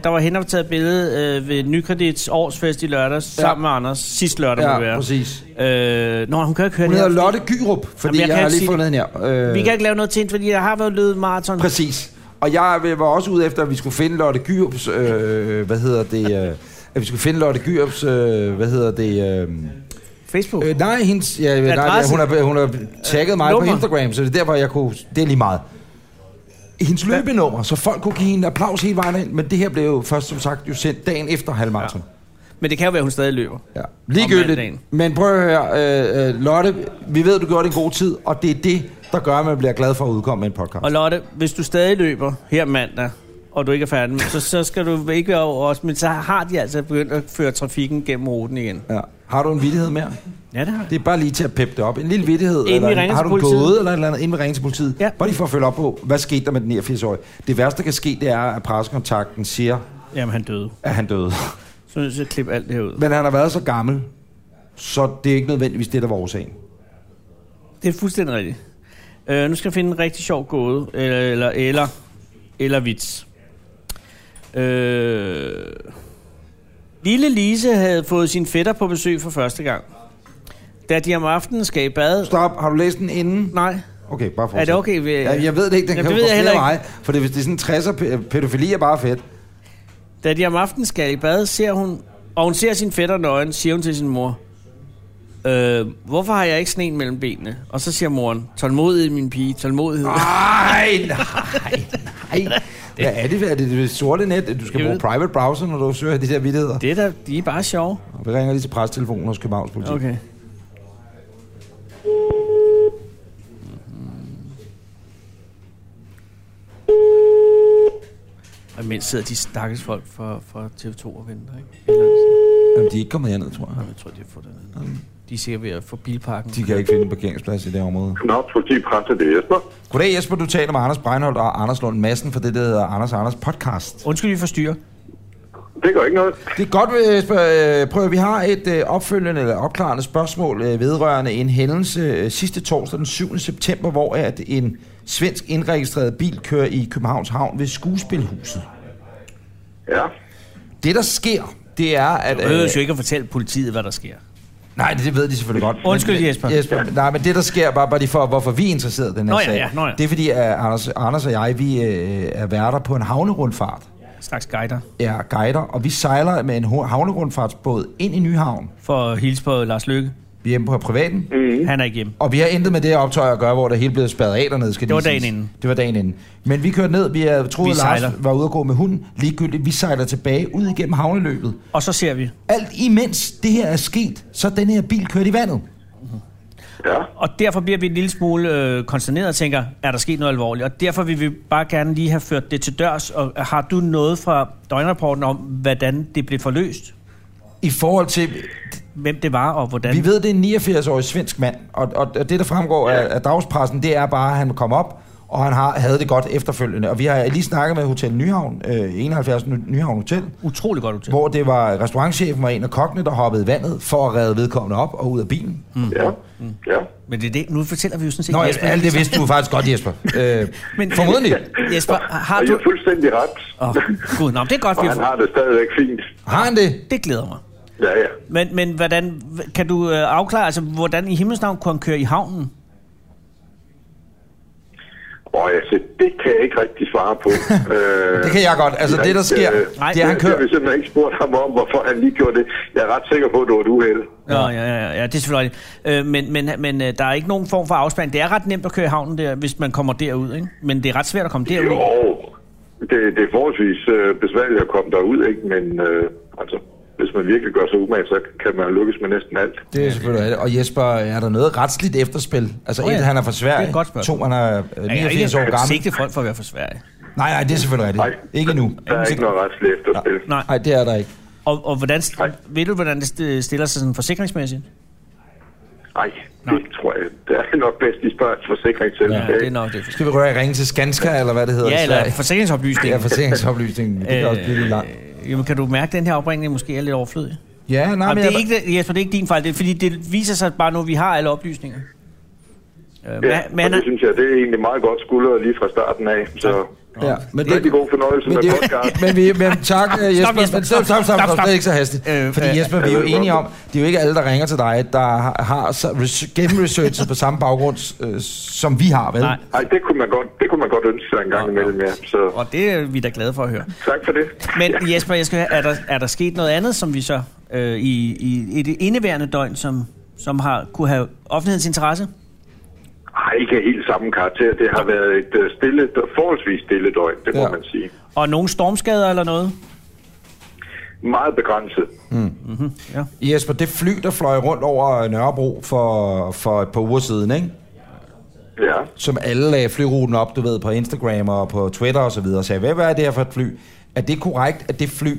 der var hende, der taget et billede øh, ved Nykredits årsfest i lørdags, ja. sammen med Anders. Sidste lørdag, må det Ja, være. præcis. Øh, nå, hun kan jo ikke høre Hun det hedder her. Lotte Gyrup, fordi Jamen, jeg jeg, kan jeg har ikke lige sige fundet hende her. Øh, Vi kan ikke lave noget til hende, fordi der har været løbet maraton. Præcis. Og jeg øh, var også ude efter, at vi skulle finde Lotte Gyrups, øh, hvad hedder det, øh, at vi skulle finde Lotte Gyrups, øh, hvad hedder det, øh, Facebook. øh, nej, hendes, ja, nej, nej, Adresse. hun har, hun har tagget mig nummer. på Instagram, så det er derfor, jeg kunne, det er lige meget. Hendes løbenummer, så folk kunne give hende applaus hele vejen ind, men det her blev jo først som sagt jo sendt dagen efter halvmarathon. Men det kan jo være, hun stadig løber. Ja. Om Ligegyldigt. mandagen. Men prøv at høre, øh, øh, Lotte, vi ved, du gjorde det en god tid, og det er det, der gør, at man bliver glad for at udkomme med en podcast. Og Lotte, hvis du stadig løber her mandag, og du ikke er færdig, med- så, så skal du ikke være over os. Men så har de altså begyndt at føre trafikken gennem ruten igen. Ja. Har du en vittighed mere? Ja, det har de. Det er bare lige til at peppe det op. En lille vittighed. Inden vi eller, en- ringer har til du en politiet. gåde eller et eller andet, inden vi ringer til politiet? Ja. Bare lige for at følge op på, hvad skete der med den 89-årige? Det værste, der kan ske, det er, at pressekontakten siger, Jamen, han døde. at han døde. Så er jeg nødt til at klippe alt det her ud. Men han har været så gammel, så det er ikke nødvendigvis det, der var årsagen. Det er fuldstændig rigtigt. Øh, nu skal jeg finde en rigtig sjov gåde, eller, eller, eller, eller vits. Øh, Lille Lise havde fået sin fætter på besøg for første gang. Da de om aftenen skal i bad... Stop, har du læst den inden? Nej, Okay, bare fortsæt. er det okay? Vi- Ja, jeg ved det ikke, den Jamen, det kan jo ved gå jeg flere heller veje. For det, hvis det er sådan 60'er, pæ- pædofili er bare fedt. Da de om aftenen skal i bad, ser hun, og hun ser sin fætter nøgen, siger hun til sin mor, øh, hvorfor har jeg ikke sneen mellem benene? Og så siger moren, tålmodighed, min pige, tålmodighed. Ah, Ej, nej, nej. Hvad er det? Er det det sorte net? Du skal Jeg bruge ved- private browser, når du søger de der vidtigheder. det er da, de er bare sjove. Vi ringer lige til presstelefonen hos Københavns politi. Okay. Og imens sidder de stakkels folk fra, fra TV2 og venter, ikke? Eller sådan. Jamen, de er ikke kommet herned, tror jeg. Jeg tror, de har fået den. De er sikkert ved at få bilparken. De kan ikke finde en parkeringsplads i det område. Københavns politi presser det er Jesper. Goddag Jesper, du taler med Anders Breinholt og Anders Lund Madsen for det, der hedder Anders og Anders podcast. Undskyld, vi forstyrrer. Det gør ikke noget. Det er godt, øh, Jesper. Øh, Prøv at- vi har et øh, opfølgende eller opklarende spørgsmål øh, vedrørende en hændelse øh, sidste torsdag den 7. september, hvor at en svensk indregistreret bil kører i Københavns Havn ved Skuespilhuset. Ja. Det, der sker, det er, at... øh, Jeg behøver jo ikke at fortælle politiet, hvad der sker. Nej, det ved de selvfølgelig godt. Undskyld, men, Jesper. Jesper. Nej, men det der sker, bare, bare lige for, hvorfor vi er interesseret i den her Nå ja, sag, ja, nå ja. det er fordi, at Anders, Anders og jeg, vi øh, er værter på en havnerundfart, Slags guider. er guider, og vi sejler med en ho- havnerundfartsbåd ind i Nyhavn. For at hilse på Lars Lykke. Vi er hjemme på privaten, Mm. Han er ikke hjemme. og vi har intet med det her optøj at gøre, hvor det hele blev spadet af dernede, skal Det var lige dagen siges. inden. Det var dagen inden. Men vi kørte ned, vi havde troet, Vi at Lars sejler. var ude at gå med hunden. Ligegyldigt, vi sejler tilbage ud igennem havneløbet. Og så ser vi. Alt imens det her er sket, så er den her bil kørt i vandet. Ja. Og derfor bliver vi en lille smule øh, konsterneret og tænker, er der sket noget alvorligt? Og derfor vil vi bare gerne lige have ført det til dørs. Og har du noget fra døgnrapporten om, hvordan det blev forløst? I forhold til, Hvem det var, og hvordan? Vi ved, det er en 89-årig svensk mand, og, og, og det, der fremgår af, af dagspressen, det er bare, at han kom op, og han har, havde det godt efterfølgende. Og vi har lige snakket med Hotel Nyhavn, øh, 71 Ny- Nyhavn Hotel, Utrolig godt hotel. hvor det var restaurantchefen og en af kokkene, der hoppede i vandet for at redde vedkommende op og ud af bilen. Mm. Ja. Ja. Men det er det, nu fortæller vi jo sådan set Nå, Jesper. alt det vidste du faktisk godt, Jesper. Øh, Men- Men, formodentlig. Jesper, har Og du... jeg er fuldstændig ret. Åh, oh, gud, nå, men det er godt, Og vi har han fået- har det stadigvæk fint. Har han det? Det glæder mig. Ja, ja. Men, men hvordan, kan du øh, afklare, altså, hvordan i himmelsnavn kunne han køre i havnen? Og altså, det kan jeg ikke rigtig svare på. øh, Det kan jeg godt. Altså, vi har det, der ikke, sker, øh, Nej, det er, han Det har kører... vi simpelthen ikke spurgt ham om, hvorfor han lige gjorde det. Jeg er ret sikker på, at det var et uheld. Ja, ja, ja, ja det er selvfølgelig rigtigt. øh, Men, men, men øh, der er ikke nogen form for afspænding. Det er ret nemt at køre i havnen der, hvis man kommer derud, ikke? Men det er ret svært at komme derud. Jo, det, det er forholdsvis øh, besværligt at komme derud, ikke? Men øh, altså, hvis man virkelig gør sig umage, så kan man lykkes med næsten alt. Det er selvfølgelig rigtigt. Og Jesper, er der noget retsligt efterspil? Altså, Åh, oh, ja. ja. et, han er fra Sverige. Det er et godt spørgsmål. To, han er øh, Jeg er 89 år gammel. sigte folk for at være fra Sverige. Nej, nej, det er selvfølgelig rigtigt. Nej. Ikke endnu. Der er ikke noget retsligt efterspil. Nej, Nej, det er der ikke. og, og hvordan, Nej. ved du, hvordan det st- stiller sig sådan forsikringsmæssigt? Nej, det tror jeg. Det er nok bedst, de spørger et forsikringsselskab. Ja, det er nok det. Skal vi røre ringe til Skanska, eller hvad det hedder? i Ja, Sverige? eller forsikringsoplysning. Ja, forsikringsoplysningen. Det kan øh, også blive lidt langt. Øh, jamen, kan du mærke, at den her opringning måske er lidt overflødig? Ja, nej, Jamen, men det er jeg, ikke, det- Jesper, det er ikke din fejl, det er, fordi det viser sig bare nu, at vi har alle oplysninger. Øh, Ja, ma- man og det synes jeg, det er egentlig meget godt skuldret lige fra starten af. Så ja, men det, rigtig god fornøjelse men med det, podcast. men, vi, men tak, øh, Jesper. Jesper, Men stop, stop, stop, stop, stop. Det er ikke så hastigt. Øh, Fordi øh, Jesper, vi er jo øh, enige om, det er jo ikke alle, der ringer til dig, der har- har så res- gennemresearchet på samme baggrund, øh, som vi har, vel? Nej. Ej, det kunne man godt, det kunne man godt ønske sig en gang imellem, ja. Så og det er vi da glade for at høre. tak for det. Men ja. Jesper, jeg skal, høre, er, der, er der sket noget andet, som vi så øh, i, i, i det indeværende døgn, som, som har, kunne have offentlighedens interesse? Ej, ikke af helt samme karakter. Det har været et øh, stille, forholdsvis stille døgn, det må Ja. man sige. Og nogle stormskader eller noget? Meget begrænset. Ja. Jesper, det fly, der fløj rundt over Nørrebro for, for et par uger siden, ikke? Ja. som alle lagde flyruten op, du ved, på Instagram og på Twitter og så videre, og sagde, hvad, hvad er det her for et fly? Er det korrekt, at det fly,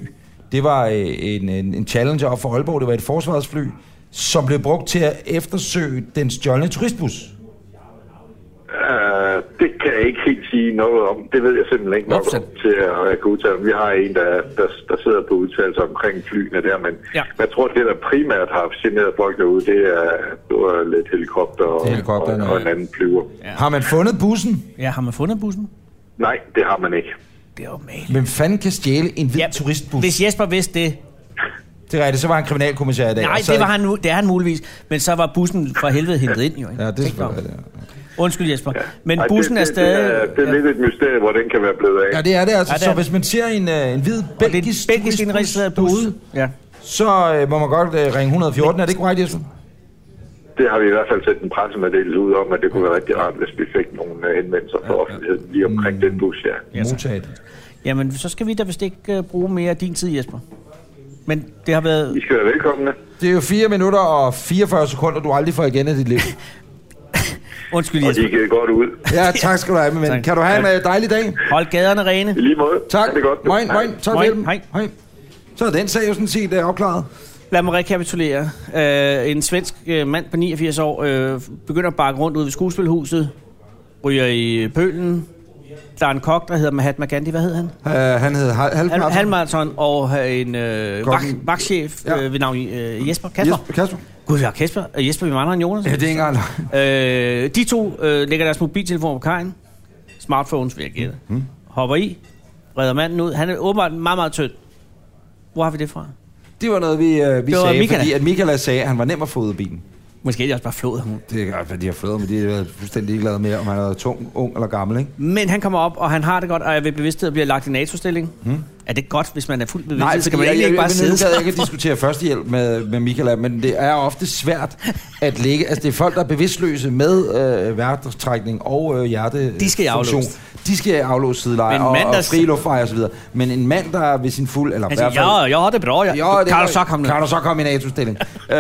det var øh, en, en, en Challenger op for Aalborg, det var et forsvarsfly, som blev brugt til at eftersøge den stjålne turistbus? Uh, det kan jeg ikke helt sige noget om. Det ved jeg simpelthen ikke nok Upsen. om til at at kunne udtale. om. Vi har en, der, der, der sidder på udtalelser omkring flyene der, men Ja. ja. jeg tror, det, der primært har generet folk derude, det er, det var lidt helikopter og, Det er helikopterne, og, og ja. en anden flyver. Ja. Ja. Har man fundet bussen? ja, har man fundet bussen? Nej, det har man ikke. Det er jo mail. Hvem fanden kan stjæle en hvid ja, turistbus? Hvis Jesper vidste det, Det er rigtigt, så var han kriminalkommissær i dag. Nej, og så- det, var han, nu- det er han muligvis. Men så var bussen fra helvede hentet ind, jo. Ikke? Ja, det er Tænk dig om. selvfølgelig rigtigt. ja. Undskyld, Jesper. Ja. Men Ej, bussen det, er det, stadig... Det er, det er lidt et mysterie, hvor den kan være blevet af. Ja, det er det altså. Ja, Ja, det det er så det. hvis man ser en, øh, en hvid og det er belgisk, en belgisk indregistreret bus. Ja. så øh, må man godt øh, ringe 114. Er det korrekt, Jesper? Det har vi i hvert fald sendt en pressemeddelelse ud om, at det kunne være rigtig rart, hvis vi fik nogle øh, henvendelser fra offentligheden lige Mm. omkring den bus, ja. Ja, Modtaget. Jamen, så skal vi da vist ikke uh, bruge mere af din tid, Jesper. Men det har været... I skal være velkomne. Det er jo 4 minutter og 44 sekunder, du aldrig får igen i dit liv. Undskyld, Og de Jesper. givet godt ud. Ja, tak skal du have, min ven. Tak. Kan du have en øh, dejlig dag? Hold gaderne rene. I lige måde. Tak. Ha' Det godt. du. Moin, Hej. moin. Tak for Moin. hjælpen. Hej. Hej. Så er den sag jo sådan set øh, opklaret. Lad mig rekapitulere. Øh, en svensk øh, mand på 89 år øh, begynder at bakke rundt ud ved skuespilhuset, ryger i pølen. Der er en kok, der hedder Mahatma Gandhi. Hvad hed han? Uh, han hed Hal- Han, Halvmarsen. halvmarathon og øh, en øh, Kokken. vagt- vagtchef Ja. øh, ved navn øh, Jesper Kasper. Jesper Kasper. Gud, ja, Kasper. Øh, Jesper, vi mangler en Jonas. Ja, det er ikke engang løgn. Øh, de to øh, lægger deres mobiltelefon på kajen. Smartphones, vil jeg gætte. Mm-hmm. Mm. Hopper i. Redder manden ud. Han er åbenbart meget, meget tynd. Hvor har vi det fra? Det var noget, vi, øh, vi Det var sagde, Michaela. fordi at Michaela sagde, at han var nem at få ud af bilen. Måske er de også bare flået ham ud. Det er godt, hvad de har flået, men de er fuldstændig ligeglade med, om han er tung, ung eller gammel, ikke? Men han kommer op, og han har det godt, og er ved bevidsthed og bliver lagt i NATO-stilling. Hmm? Mm. Er det godt, hvis man er fuldt bevidsthed? så kan man fordi egentlig ikke bare men sidde Nu gad jeg sammen. ikke at diskutere førstehjælp med, med Michaela, men det er ofte svært at ligge... Altså, det er folk, der er bevidstløse med øh, vejrtrækning og øh, hjerte. De skal i funktion. aflås. De skal aflåse sideleje Men og, mand, der- Altså, og friluftlejre og så videre. Men en mand, der er ved sin fuld... Eller i Han siger, hvert fald- ja, ja, det er bra. Ja. Jo, det kan var- du så komme ned? Kan du så komme i NATO-stilling? øh,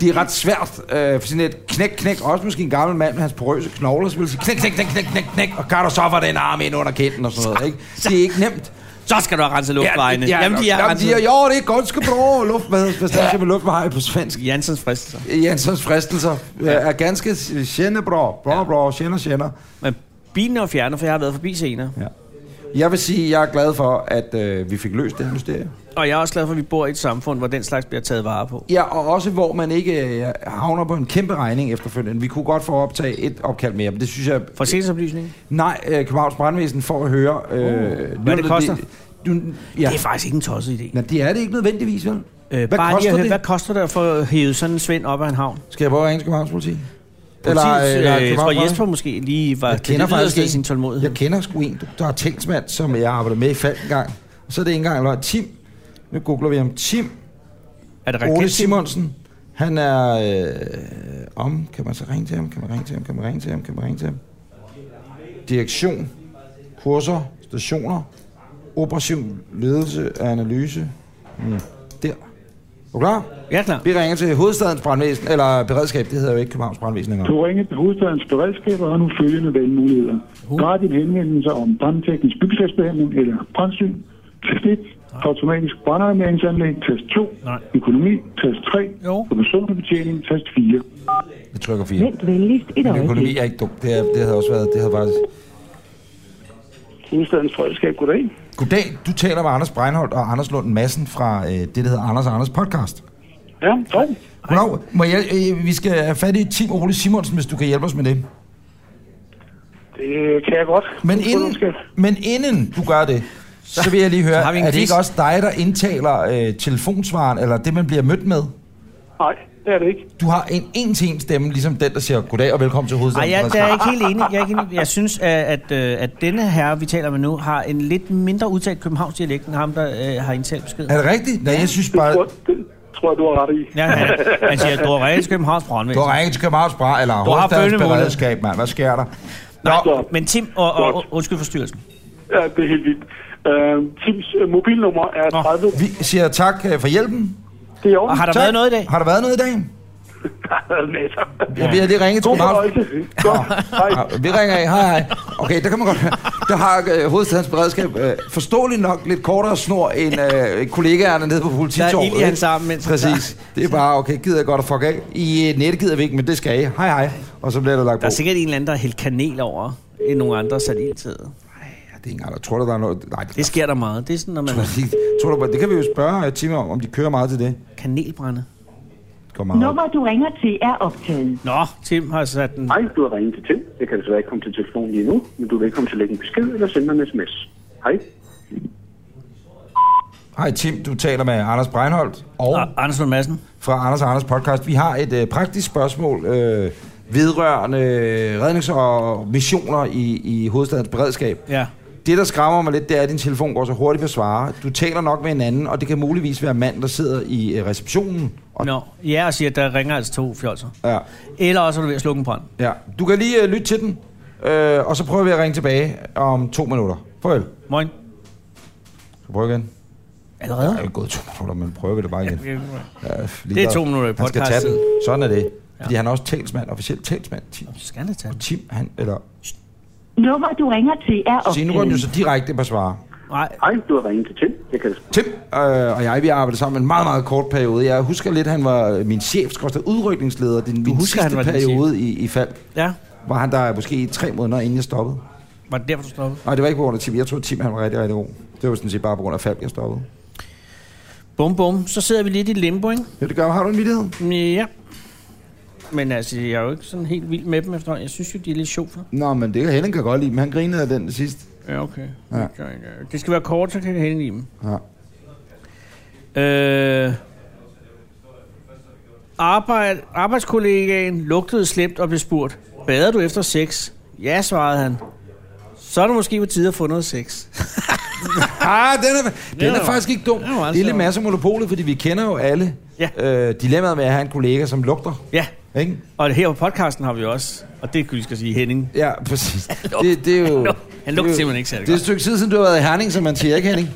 det er ret svært øh, for sådan et knæk, knæk. Også måske en gammel mand med hans porøse knogler, så vil sige knæk, knæk, knæk, knæk, knæk, knæk. Og kan du så få den arm ind under kinden og sådan noget, ikke? Det er ikke nemt. Så skal du have renset luftvejene. Ja, ja, Jamen, de er jamen, de er renset. jo, det er ganske bra. Luft, hvad hvad siger man luftveje på svensk? Jansens fristelser. Jensens fristelser øh, er ganske sjældne bra. Bra, bra, sjældne, sjældne. Men bilen er jo fjernet, for jeg har været forbi senere. Ja. Jeg vil sige, at jeg er glad for, at øh, vi fik løst det her mysterie. Og jeg er også glad for, at vi bor i et samfund, hvor den slags bliver taget vare på. Ja, og også hvor man ikke øh, havner på en kæmpe regning efterfølgende. Vi kunne godt få optage et opkald mere, men det synes jeg... Forsikringsoplysning? Nej, øh, Københavns Brandvæsen for at høre... Øh, uh, Oh. hvad det koster? Du, ja. Det er faktisk ikke en tosset idé. Nå, det er det ikke nødvendigvis, vel? Øh, hvad bare lige at koster høre, det? Hvad koster det at få hævet sådan en svend op af en havn? Skal jeg prøve at ringe til Københavns Politi? Politiet, eller øh, jeg tror, Brandvæsen? Jesper måske lige var Jeg kender faktisk sin en. tålmodighed. Jeg kender sgu en, der er tænksmand, som jeg arbejdede med i fald en gang. Og så er det ikke engang løgn. Tim. Nu googler vi ham. Tim Er det Ole raket? Simonsen. Han er øh, om. Kan man så ringe til ham? Kan man ringe til ham? Kan man ringe til ham? Kan man ringe til ham? Direktion. Kurser. Stationer. Operativ ledelse og analyse. Mm. Der. Er du klar? Ja, klar. Vi ringer til hovedstadens brandvæsen, eller beredskab, det hedder jo ikke Københavns brandvæsen længere. Du ringer til hovedstadens beredskab og har nu følgende valgmuligheder. Gratis henvendelse om brandteknisk byggesagsbehandling eller brandsyn, testit, Automatisk brandalarmeringsanlæg, tast 2. Nej. Økonomi, tast 3. Jo. Og personlig betjening, tast 4. Jeg trykker 4. Vent venligst et øjeblik. Økonomi er ikke dum. Det, er, det havde også været... Det havde faktisk... Hovedstadens Fredskab, goddag. Goddag, du taler med Anders Breinholt og Anders Lund Madsen fra øh, det, der hedder Anders og Anders podcast. Ja, tak. Goddag, må jeg, øh, vi skal have fat i Tim Ole Simonsen, hvis du kan hjælpe os med det. Det kan jeg godt. Men inden, men inden du gør det, så vil jeg lige høre, har vi en er det quiz. ikke også dig, der indtaler øh, telefonsvaren, eller det, man bliver mødt med? Nej, det er det ikke. Du har en en til en stemme, ligesom den, der siger goddag og velkommen til hovedstaden. Ej, jeg, der er jeg ikke helt enig. Jeg, er ikke enig. jeg synes, at, at, øh, at denne herre, vi taler med nu, har en lidt mindre udtalt københavns dialekt, end ham, der øh, har indtalt besked. er det rigtigt? Nej, jeg synes Det, bare, tror, det tror jeg, du har ret i. Ja, han, han siger, du har rent københavns brandvæsen. du har ringet til Københavns Bra, eller har hovedstadens bønnemålet. beredskab, mand. Hvad sker der? Så, Men Tim, og, og, og undskyld forstyrrelsen. ja, det er helt vildt. Øh, Tims øh, mobilnummer er Nå. 30. Vi siger tak øh, for hjælpen. Det er over. Og har der Tak. været noget i dag? Har der været noget i dag? Ja, vi har lige ringet til God Københavns fornøjelse. Godt. Hej. Ja, vi ringer af. Hej, hej. Okay, der kan man godt høre. Der har øh, hovedstadens beredskab øh, forståeligt nok lidt kortere snor end øh, kollegaerne nede på polititorvet. Der er ild i ikke? hans arm, mens- Præcis. Det er bare, okay, gider jeg godt at fuck af. I øh, nettet gider vi ikke, men det skal I. Hej, hej. Og så bliver der lagt på. Der er sikkert en eller anden, der har hældt kanel over, end nogle andre har sat ild til. Ja, det er ikke engang, jeg tror, der er noget... Nej, det Det sker der meget. Det er sådan, når man tror jeg ikke. Tror du, bare- det kan vi jo spørge øh, Tim om, om de kører meget til det. kanelbrænde. Det går meget op. Nummer, du ringer til, er optaget. Nå, Tim har sat den. Hej, du har ringet til Tim. Jeg kan desværre ikke komme til telefonen lige nu, men du er velkommen til at lægge en besked eller sende mig en sms. Hej. Hej Tim, du taler med Anders Breinholt og Og Ah, Anders Lund Madsen. fra Anders og Anders podcast. Vi har et øh, praktisk spørgsmål øh, vedrørende øh, rednings- og missioner i, i hovedstadens beredskab. Ja. Det, der skræmmer mig lidt, det er, at din telefon går så hurtigt at svare. Du taler nok med en anden, og det kan muligvis være manden, der sidder i øh, receptionen. Og, Nå, ja, og siger, at der ringer altså to fjolser. ja, Eller også er du ved at slukke en brand. ja. Du kan lige øh, lytte til den, øh, og så prøver vi at ringe tilbage om to minutter. Prøv Skal Moin. vi prøve igen? Allerede? Der er jo gået to minutter, men prøver vi det bare igen. Ja, Det er to minutter i Han skal tage podcast. den. Sådan er det. Fordi han er også talsmand, officielt talsmand. Tim, Så skal det tage den. Tim han, eller Nummer, du ringer til, er Se, nu går den jo optaget. så direkte på svare. Nej, Hej, du har ringet til Tim. Jeg kan desværre... Tim øh, og jeg, vi har arbejdet sammen en meget, meget kort periode. Jeg husker lidt, han var øh, min chef, skorstede udrykningsleder. Den, min husker, sidste han var din periode i, i fald. ja. Var han der måske i tre måneder, inden jeg stoppede. Var det derfor, du stoppede? Nej, det var ikke på grund af Tim. Jeg tror, Tim han var rigtig, rigtig god. Det var sådan set bare på grund af fald, jeg stoppede. Bum, bum. Så sidder vi lidt i limbo, ikke? Ja, det gør Har du en vidighed? Ja. Men altså, jeg er jo ikke sådan helt vild med dem efterhånden. Jeg synes jo, de er lidt sjovt. Nå, men det kan Henning kan godt lide, men han grinede af den sidst. Ja, okay. Ja. Det gør ikke. Det skal være kort, så kan jeg hælde i dem. Ja. Øh, arbejde, arbejdskollegaen lugtede slemt og blev spurgt, bader du efter sex? Ja, svarede han. Så er det måske på tide at få noget sex. Ah, den er, den er var- faktisk ikke dum. den var meget Det er altså- lidt sjov. masser af monopolet, fordi vi kender jo alle Ja. øh, dilemmaet med at have en kollega, som lugter. Ja, Ikke? og her på podcasten har vi også, og det kan vi skal sige Henning. Ja, præcis. Det, det er jo... lugter- han lugter det er jo- simpelthen ikke særlig Det er et godt. stykke tid siden, du har været i Herning, som man siger, ikke Henning?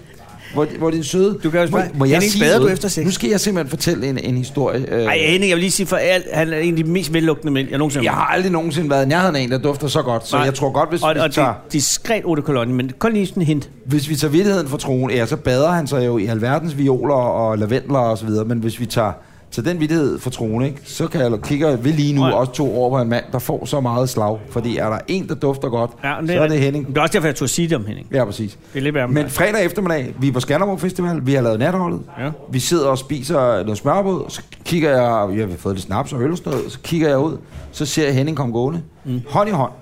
Hvor, hvor din søde... Du kan jo spørge, må, må jeg Henning, sige bader du noget? efter sex? Nu skal jeg simpelthen fortælle en, en historie. Øh, Ej, Henning, jeg vil lige sige, for alt, han er en af de mest vellugtende mænd, jeg nogensinde jeg har aldrig nogensinde været i nærheden af en, der dufter så godt, så Nej. jeg tror godt, hvis, og, hvis, vi og tager, det, diskret Otte Kolonne, men kun lige sådan en hint. hvis vi tager vidtigheden for troen, ja, så bader han sig jo i alverdens violer og lavendler og så videre, men hvis vi tager så den vidtighed for troen, ikke? så kan jeg kigger vi lige nu Nej. også to over på en mand, der får så meget slag, fordi er der en, der dufter godt, men så er det Henning. Det er også derfor, jeg turde sige det om Henning. Ja, præcis. Det er lidt værre med Men dig. fredag eftermiddag, vi er på Skanderborg Festival, vi har lavet natholdet. Ja. Vi sidder og spiser noget smørbrød, så kigger jeg, ja, vi har fået lidt snaps og øl og sådan noget, så kigger jeg ud, så ser jeg Henning komme gående, mm. hånd i hånd,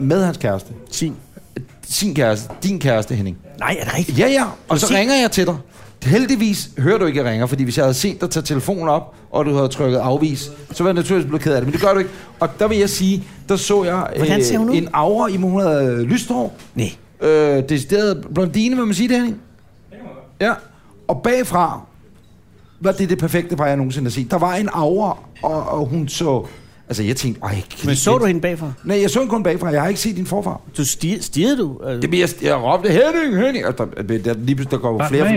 med hans kæreste. Sin. Sin kæreste, din kæreste, Henning. Nej, er det rigtigt? Ja, ja, og så sig- ringer jeg til dig. Heldigvis hører du ikke, at jeg ringer, fordi hvis jeg havde set dig tage telefonen op, og du havde trykket afvis, så var jeg naturligvis blevet ked af det, men det gør du ikke. Og der vil jeg sige, der så jeg øh, Hvordan ser hun ud? en aura i hun havde øh, lyst hår, Nej. øh, decideret blondine, vil man sige det, Henning? Ja. Og bagfra var det det perfekte par, jeg nogensinde har set. Der var en aura, og, og hun så... Altså, jeg tænkte, ej... Men så du hende bagfra? Nej, jeg så hende kun bagfra. Jeg har ikke set din forfar. Du stirrede, stirrede du? Øh, Det, men jeg, jeg råbte, Henning, Henning! Og der, der, der, lige pludselig, der går flere...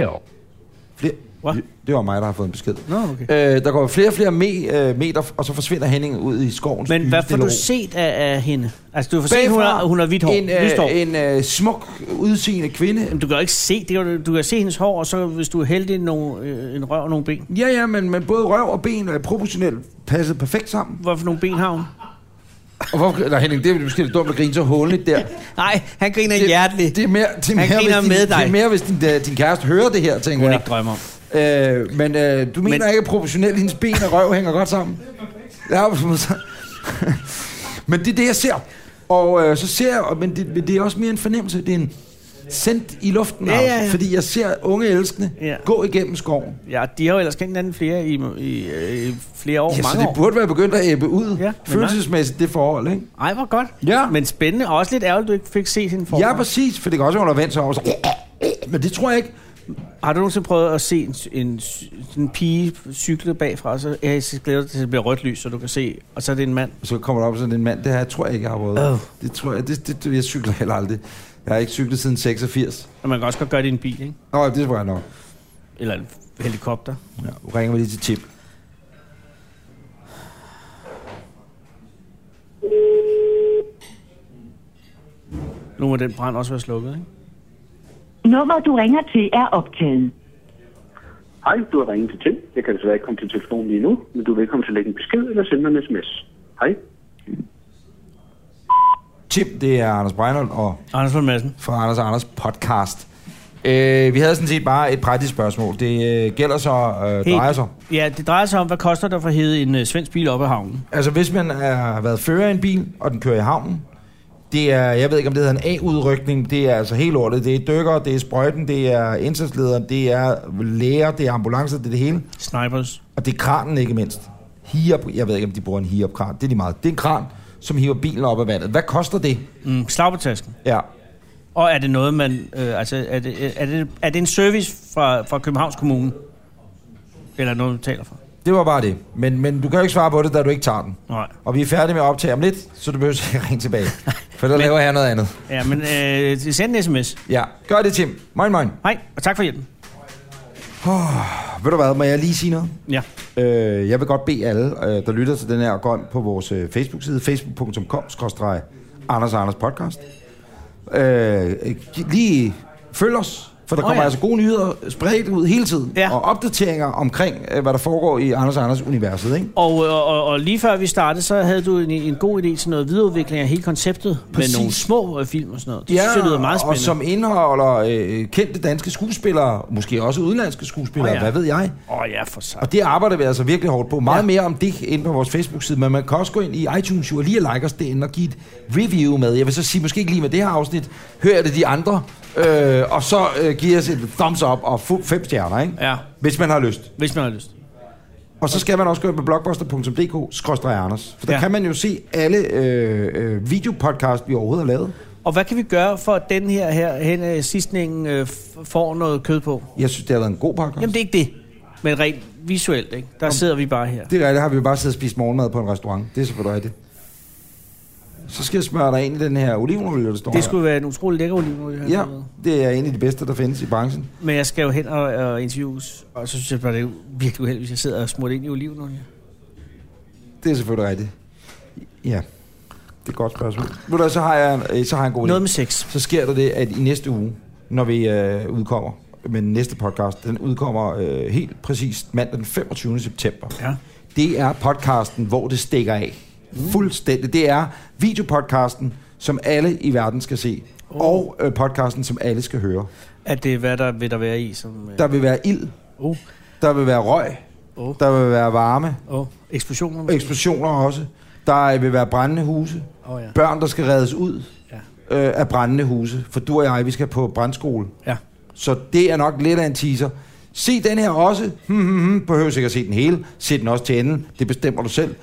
Flere... What? Det var mig, der har fået en besked. Nå, okay. Øh, der går flere og flere me, øh, meter, og så forsvinder Henning ud i skoven. Men hvad får du set af, af hende? Altså, du får set, hun Bagfra har, hun har hvidt hår. En, lyst hår. øh, en øh, smuk, udseende kvinde. Jamen, du kan jo ikke se det. kan Du du kan se hendes hår, og så hvis du er heldig, nogle, øh, en røv og nogle ben. Ja, ja, men, men både røv og ben er proportionelt passet perfekt sammen. Hvorfor nogle ben har hun? Og hvorfor, nej, Henning, det er måske lidt dumt at grine så hånligt der. Nej, han griner det, hjerteligt. Det er mere, det er Han mere, griner hvis, din, med dig. Det er mere, hvis din, øh, din kæreste hører det her, tænker Hun jeg. ikke drømmer om. Øh, men øh, du mener men... ikke, at proportionelt hendes ben og røv hænger godt sammen? Ja, men så- men det er det, jeg ser. Og øh, så ser jeg, og- men det, men det er også mere en fornemmelse. Det er en sendt i luften, ja, ja, ja. fordi jeg ser unge elskende ja. Ja. gå igennem skoven. Ja, de har jo ellers kendt hinanden flere i, i, øh, i flere år. Ja, så mange det år. burde være begyndt at æbbe ud. men Ja, nej. følelsesmæssigt, det forhold, ikke? Ej, hvor godt. Ja. Men spændende, og også lidt ærgerligt, du ikke fik set hende for. Ja, præcis, for det kan også være, hun har vendt sig over. Så... Men det tror jeg ikke. Har du nogensinde prøvet at se en, en, en pige cykle bagfra, og så, ja, så glæder du dig til, at det bliver rødt lys, så du kan se, og så er det en mand. Så kommer der op sådan en mand, det her tror jeg ikke, jeg har prøvet. Åh. Det tror jeg, det, det, det, jeg cykler heller aldrig. Jeg har ikke cyklet siden 86. Og man kan også godt gøre det i en bil, ikke? Nå, det tror jeg nok. Eller en helikopter. Ja, nu ringer vi lige til Chip. Nu må den brand også være slukket, ikke? Nummer du ringer til er optaget. Hej, du har ringet til Tim. Jeg kan desværre ikke komme til telefonen lige nu, men du er velkommen til at lægge en besked eller sende mig en sms. Hej. Chip, det er Anders Breinholt og Anders Lund Madsen. fra Anders og Anders podcast. Øh, vi havde sådan set bare et praktisk spørgsmål. Det øh, gælder så, øh, drejer sig. Ja, det drejer sig om, hvad koster det for at hede en uh, svensk bil op ad havnen? Altså, hvis man er- har været fører af en bil, og den kører i havnen, det er, jeg ved ikke, om det hedder en A-udrykning, det er altså helt lortet. Det er dykker, det er sprøjten, det er indsatslederen, det er læger, det er ambulancer, det er det hele. Snipers. Og det er kranen ikke mindst. Hiop, jeg ved ikke, om de bruger en hiop-kran. Det er de meget. Det er en kran, som hiver bilen op af vandet. Hvad koster det? Mm, slag på tasken. Ja, Og er det noget, man... Øh, altså, er det, er, det, er det en service fra, fra Københavns Kommune? Eller noget, du taler for? det var bare det. Men, men du kan jo ikke svare på det, da du ikke tager den. Nej. Og vi er færdige med at optage om lidt, så du behøver ikke ringe tilbage. For der Men- laver jeg noget andet. Ja, men øh, send en sms. Ja, gør det, Tim. Moin, moin. Hej, og tak for hjælpen. Ved du hvad, må jeg lige sige noget? Ja. Øh, jeg vil godt bede alle, øh, der lytter til den her, at gå ind på vores øh, Facebook-side, facebook.com Anders og Anders podcast. Øh, øh, gi- lige følg os, for der Åh, kommer oh, ja. ja. altså gode nyheder spredt ud hele tiden. Ja. Og opdateringer omkring, øh, hvad der foregår i Anders og Anders-universet, ikke? Og, øh, og, og lige før vi startede, så havde du en, en god idé til noget videreudvikling af hele konceptet Præcis. med nogle små øh, film og sådan noget. Det ja, synes jeg lyder meget og spændende. som indeholder øh, kendte danske skuespillere, måske også udenlandske skuespillere, oh, Åh, ja. ja. hvad ved jeg. Åh oh, ja, for sig. Og det arbejder vi altså virkelig hårdt på. Meget ja. mere om det inde på vores Facebook-side, men man kan også gå ind i iTunes jo og lige like os derinde og give et review med. Jeg vil så sige, måske ikke lige med det her afsnit, hør det de andre, øh, og så øh, giver os et thumbs up og fu- fem stjerner, ikke? Ja. Hvis man har lyst. Hvis man har lyst. Og så skal man også gå ind på blogbuster.dk-anders, for der ja. Ja. kan man jo se alle øh, øh, videopodcast, vi overhovedet har lavet. Og hvad kan vi gøre for, at den her, her hen, øh, sidstningen øh, f- får noget kød på? Jeg synes, det har været en god podcast. Jamen, det er ikke det. Men rent visuelt, ikke? Der sidder vi bare her. Det er rigtigt, har vi jo bare siddet og spist morgenmad på en restaurant. Det er selvfølgelig rigtigt. Så skal jeg smøre dig ind i den her olivenolie, der står Det skulle være en utrolig lækker olivenolie. her. han Ja, har lavet. det er en af de bedste, der findes i branchen. Men jeg skal jo hen og, og interviews, og så synes jeg bare, det er virkelig uheldigt, hvis jeg sidder og smutter ind i olivenolie. Det er selvfølgelig rigtigt. Ja, det er et godt spørgsmål. Ved du, hvad, så har jeg, øh, så har jeg en god Noget idé. med sex. Så sker der det, at i næste uge, når vi øh, udkommer, men næste podcast, den udkommer øh, helt præcist mandag den 25. september. Ja. Det er podcasten, hvor det stikker af. Mm. Fuldstændig. Det er videopodcasten, som alle i verden skal se. Oh. Og øh, podcasten, som alle skal høre. At det er, hvad der vil der være i, som... Øh, Der vil være ild, oh, der vil være røg, oh, der vil være varme, oh. Eksplosioner. og eksplosioner også. Der vil være brændende huse, Åh, ja. børn, der skal reddes ud Ja. øh, af brændende huse. For du og jeg, vi skal på brandskole. Ja. Så det er nok lidt af en teaser. Se den her også. Hmm, hmm, hmm. Behøver sikkert at se den hele. Se den også til enden. Det bestemmer du selv.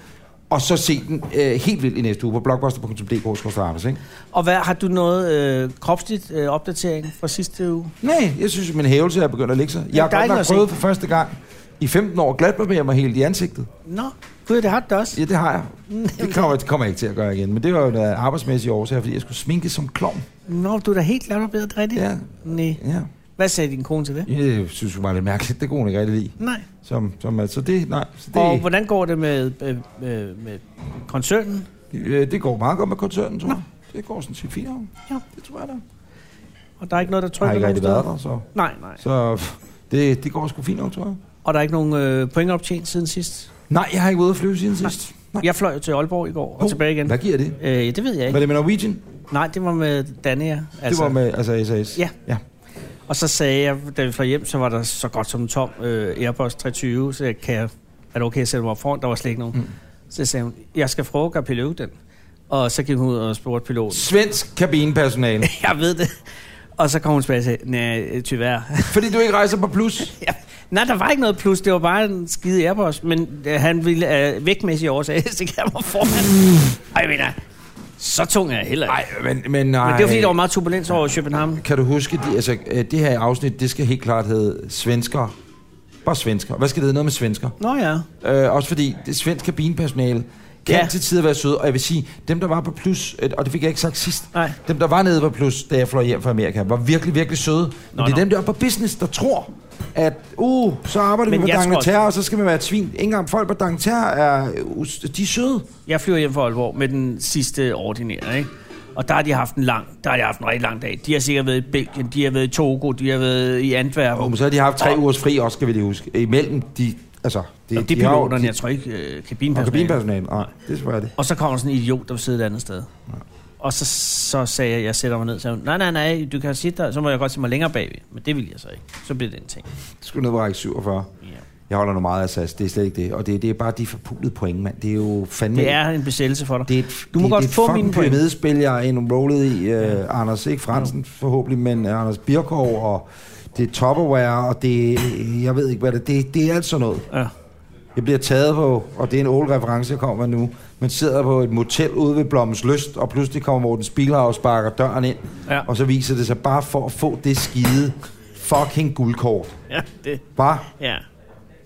Og så se den øh, helt vildt i næste uge på blogbuster.dk. Ikke? Og hvad, har du noget øh, kropsligt øh, opdatering fra sidste uge? Nej, jeg synes, at min hævelse er begyndt at ligge sig. Jeg har der er godt ikke noget nok at prøvet se. for første gang i 15 år glatbarberer mig helt i ansigtet. Nå, gud, det har du da også. Ja, det har jeg. Det kommer, det kommer jeg ikke til at gøre igen. Men det var jo en arbejdsmæssig årsag, fordi jeg skulle sminke som klovn. Nå, du er da helt glad, det er rigtigt. Ja. Nej. Ja. Hvad sagde din kone til det? Jeg synes jo bare, det er mærkeligt. Det kunne hun ikke rigtig lide. Nej. Som, som, altså det, nej, så det, Og hvordan går det med, øh, med, med koncernen? øh, det går meget godt med koncernen, tror jeg. Det går sådan set fint. Ja. Det tror jeg da. Jeg Og der er ikke noget, der trykker har ikke nogen rigtig været steder? der, så... Nej, nej. Så pff, det, det går sgu fint nok, tror jeg. Og der er ikke nogen øh, point optjent siden sidst? Nej, jeg har ikke været ude at flyve siden sidst. Nej. Jeg fløj jo til Aalborg i går og Hov, tilbage igen. Hvad giver det? Øh, det ved jeg ikke. Var det med Norwegian? Nej, det var med Dania. Altså, det var med altså SAS? Ja. ja. Og så sagde jeg, da vi fløj hjem, så var der så godt som en tom øh, Airbus 320, så jeg, kan jeg, er det okay at sætte mig op foran? Der var slet ikke nogen. Mm. Så sagde hun, jeg skal prøve at pilot den. Og så gik hun ud og spurgte piloten. Svensk kabinepersonale. Jeg ved det. Og så kom hun tilbage og sagde, nej, tyværr. Fordi du ikke rejser på plus? Ja. Nej, der var ikke noget plus. Det var bare en skide Airbus. Men øh, han ville af vægtmæssige årsager stikke af mig foran. Ej, jeg mener, så tung er jeg heller ikke. Nej, men, men, nej. Men det var fordi, der var meget turbulens over København. Kan du huske, det, altså, øh, det her afsnit, det skal helt klart hedde svensker. Bare svensker. Hvad skal det hedde? Noget med svensker. Nå ja. Øh, også fordi det svenske kabinepersonale kan Ja. ja. til tider være søde, og jeg vil sige, dem der var på plus, øh, og det fik jeg ikke sagt sidst, Nej. dem der var nede på plus, da jeg fløj hjem fra Amerika, var virkelig, virkelig søde. Men Nå, det er nå. dem der oppe på business, der tror, at uh, så arbejder Men vi jeg på tror også- Dangleterre, og så skal man være et svin. Ikke engang folk på Dangleterre er, øh, us- de er søde. Jeg flyver hjem fra Aalborg med den sidste ordinære, ikke? Og der har de haft en lang, der har de haft en rigtig lang dag. De har sikkert været i Belgien, de har været i Togo, de har været i Antwerpen. Og Oh, men så har de haft tre ugers fri også, skal vi lige huske. Imellem de, altså... De, det er har jo- piloterne, jeg tror ikke, øh, Og kabinpersonale. kabinepersonale, nej, det tror jeg det. Og så kommer sådan en idiot, der vil sidde et andet sted. Og så, så sagde jeg, jeg sætter mig ned, så nej, nej, nej, du kan sidde der, så må jeg godt sætte mig længere bagved. Men det vil jeg så ikke. Så bliver det en ting. Det skulle ned på række 47. Ja. Jeg holder nu meget af SAS, det er slet ikke det. Og det, det er bare de forpulede point, mand. Det er jo fandme... Det er en besættelse for dig. det er, du må det, godt det er få fucking mine point. pyramidespil, jeg er enrollet i. Øh, Anders, ikke Fransen forhåbentlig, men øh, Anders Birkov, og det er Tupperware, og det er- jeg ved ikke, hvad det er. Det, det er alt sådan noget. Ja. Jeg bliver taget på, og det er en old reference, jeg kommer med nu, men sidder på et motel ude ved Blommens Lyst, og pludselig kommer Morten Spiller og sparker døren ind, Ja. og så viser det sig bare for at få det skide fucking guldkort. ja, det, Bare, ja.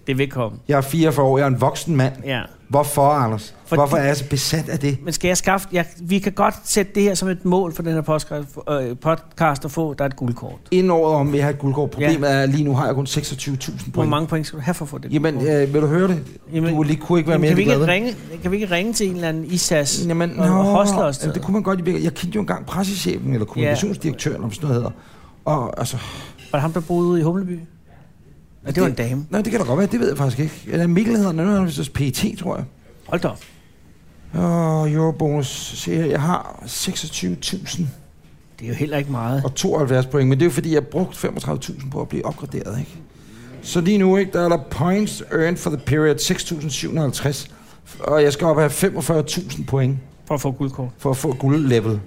det er velkommen. jeg er 44 år, jeg er en voksen mand. Ja. Hvorfor, Anders? Fordi- Hvorfor er jeg så besat af det? Men skal jeg skaffe... Jeg, vi kan godt sætte det her som et mål for den her podcast, øh, podcast at få. Der er et guldkort. Inden året om, vil jeg have et guldkort. Problemet ja. er, at lige nu har jeg kun 26.000 Hvor point. mange point skal du have for at få det? Jamen, guldkort? øh, vil du høre det? Jamen, du lige, kunne ikke være Jamen, mere kan vi glad. ikke, ringe, kan vi ikke ringe til en eller anden ISAS Jamen, og, og hostle os til? jamen, det kunne man godt. i virkeligheden. Jeg kendte jo engang pressechefen, eller kommunikationsdirektøren, om sådan noget hedder. Og altså, Var det ham, der boede ude i Humleby? Ja, det var en dame. Nej, det kan da godt være. Det ved jeg faktisk ikke. Eller Mikkel hedder han. Nu er han vist også PET, tror jeg. Hold da op. Og Eurobonus siger, jeg, jeg har 26.000 Det er jo heller ikke meget. og 72 point, men det er jo fordi, jeg brugte 35.000 på at blive opgraderet, ikke? Så lige nu, ikke, der er der points earned for the period 6.750, og jeg skal op og have 45.000 point For at få et guldkort. for at få guldlevel.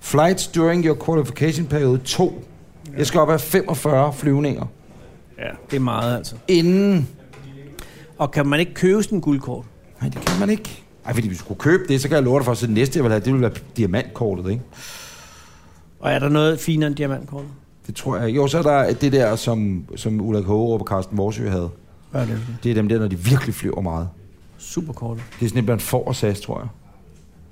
Flights during your qualification period 2. Jeg skal op og have 45 flyvninger Ja. Det er meget, altså. inden... Og kan man ikke købe sådan en guldkort? Nej, det kan man ikke. Ej, fordi hvis du kunne købe det, så kan jeg love dig for, at så det næste, jeg vil have, det vil være diamantkortet, ikke? Og er der noget finere end diamantkortet? Det tror jeg. Jo, så er der det der, som, som Ulla Kåre og Carsten Vorsø havde. Hvad er det? for noget? Det er dem der, når de virkelig flyver meget. Superkortet. Det er sådan et blandt for og SAS, tror jeg.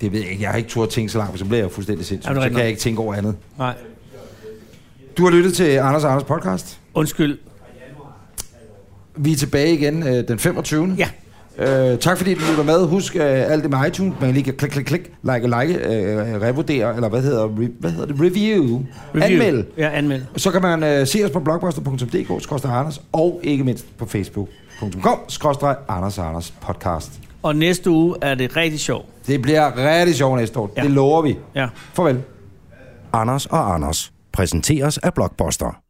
Det ved jeg ikke. Jeg har ikke tur at tænke så langt, for så bliver jeg jo fuldstændig Er sindssyg. du Så rigtig kan jeg ikke tænke over andet. Nej. Du har lyttet til Anders og Anders podcast. Undskyld. Vi er tilbage igen øh, den 25. Ja. Øh, tak fordi du lytter med. Husk øh, alt det med iTunes. Man kan lige kan klik, klik, klik, like, like, øh, revurdere, eller hvad hedder, re, hvad hedder det? Review. Review. Anmeld. Ja, anmeld. Så kan man øh, se os på blogbuster.dk-anders, og ikke mindst på facebook.com-anders Anders podcast. Og næste uge er det rigtig sjovt. Det bliver rigtig sjovt næste år. Ja. Ja. Det lover vi. Ja. Farvel. Anders og Anders præsenteres af Blockbuster.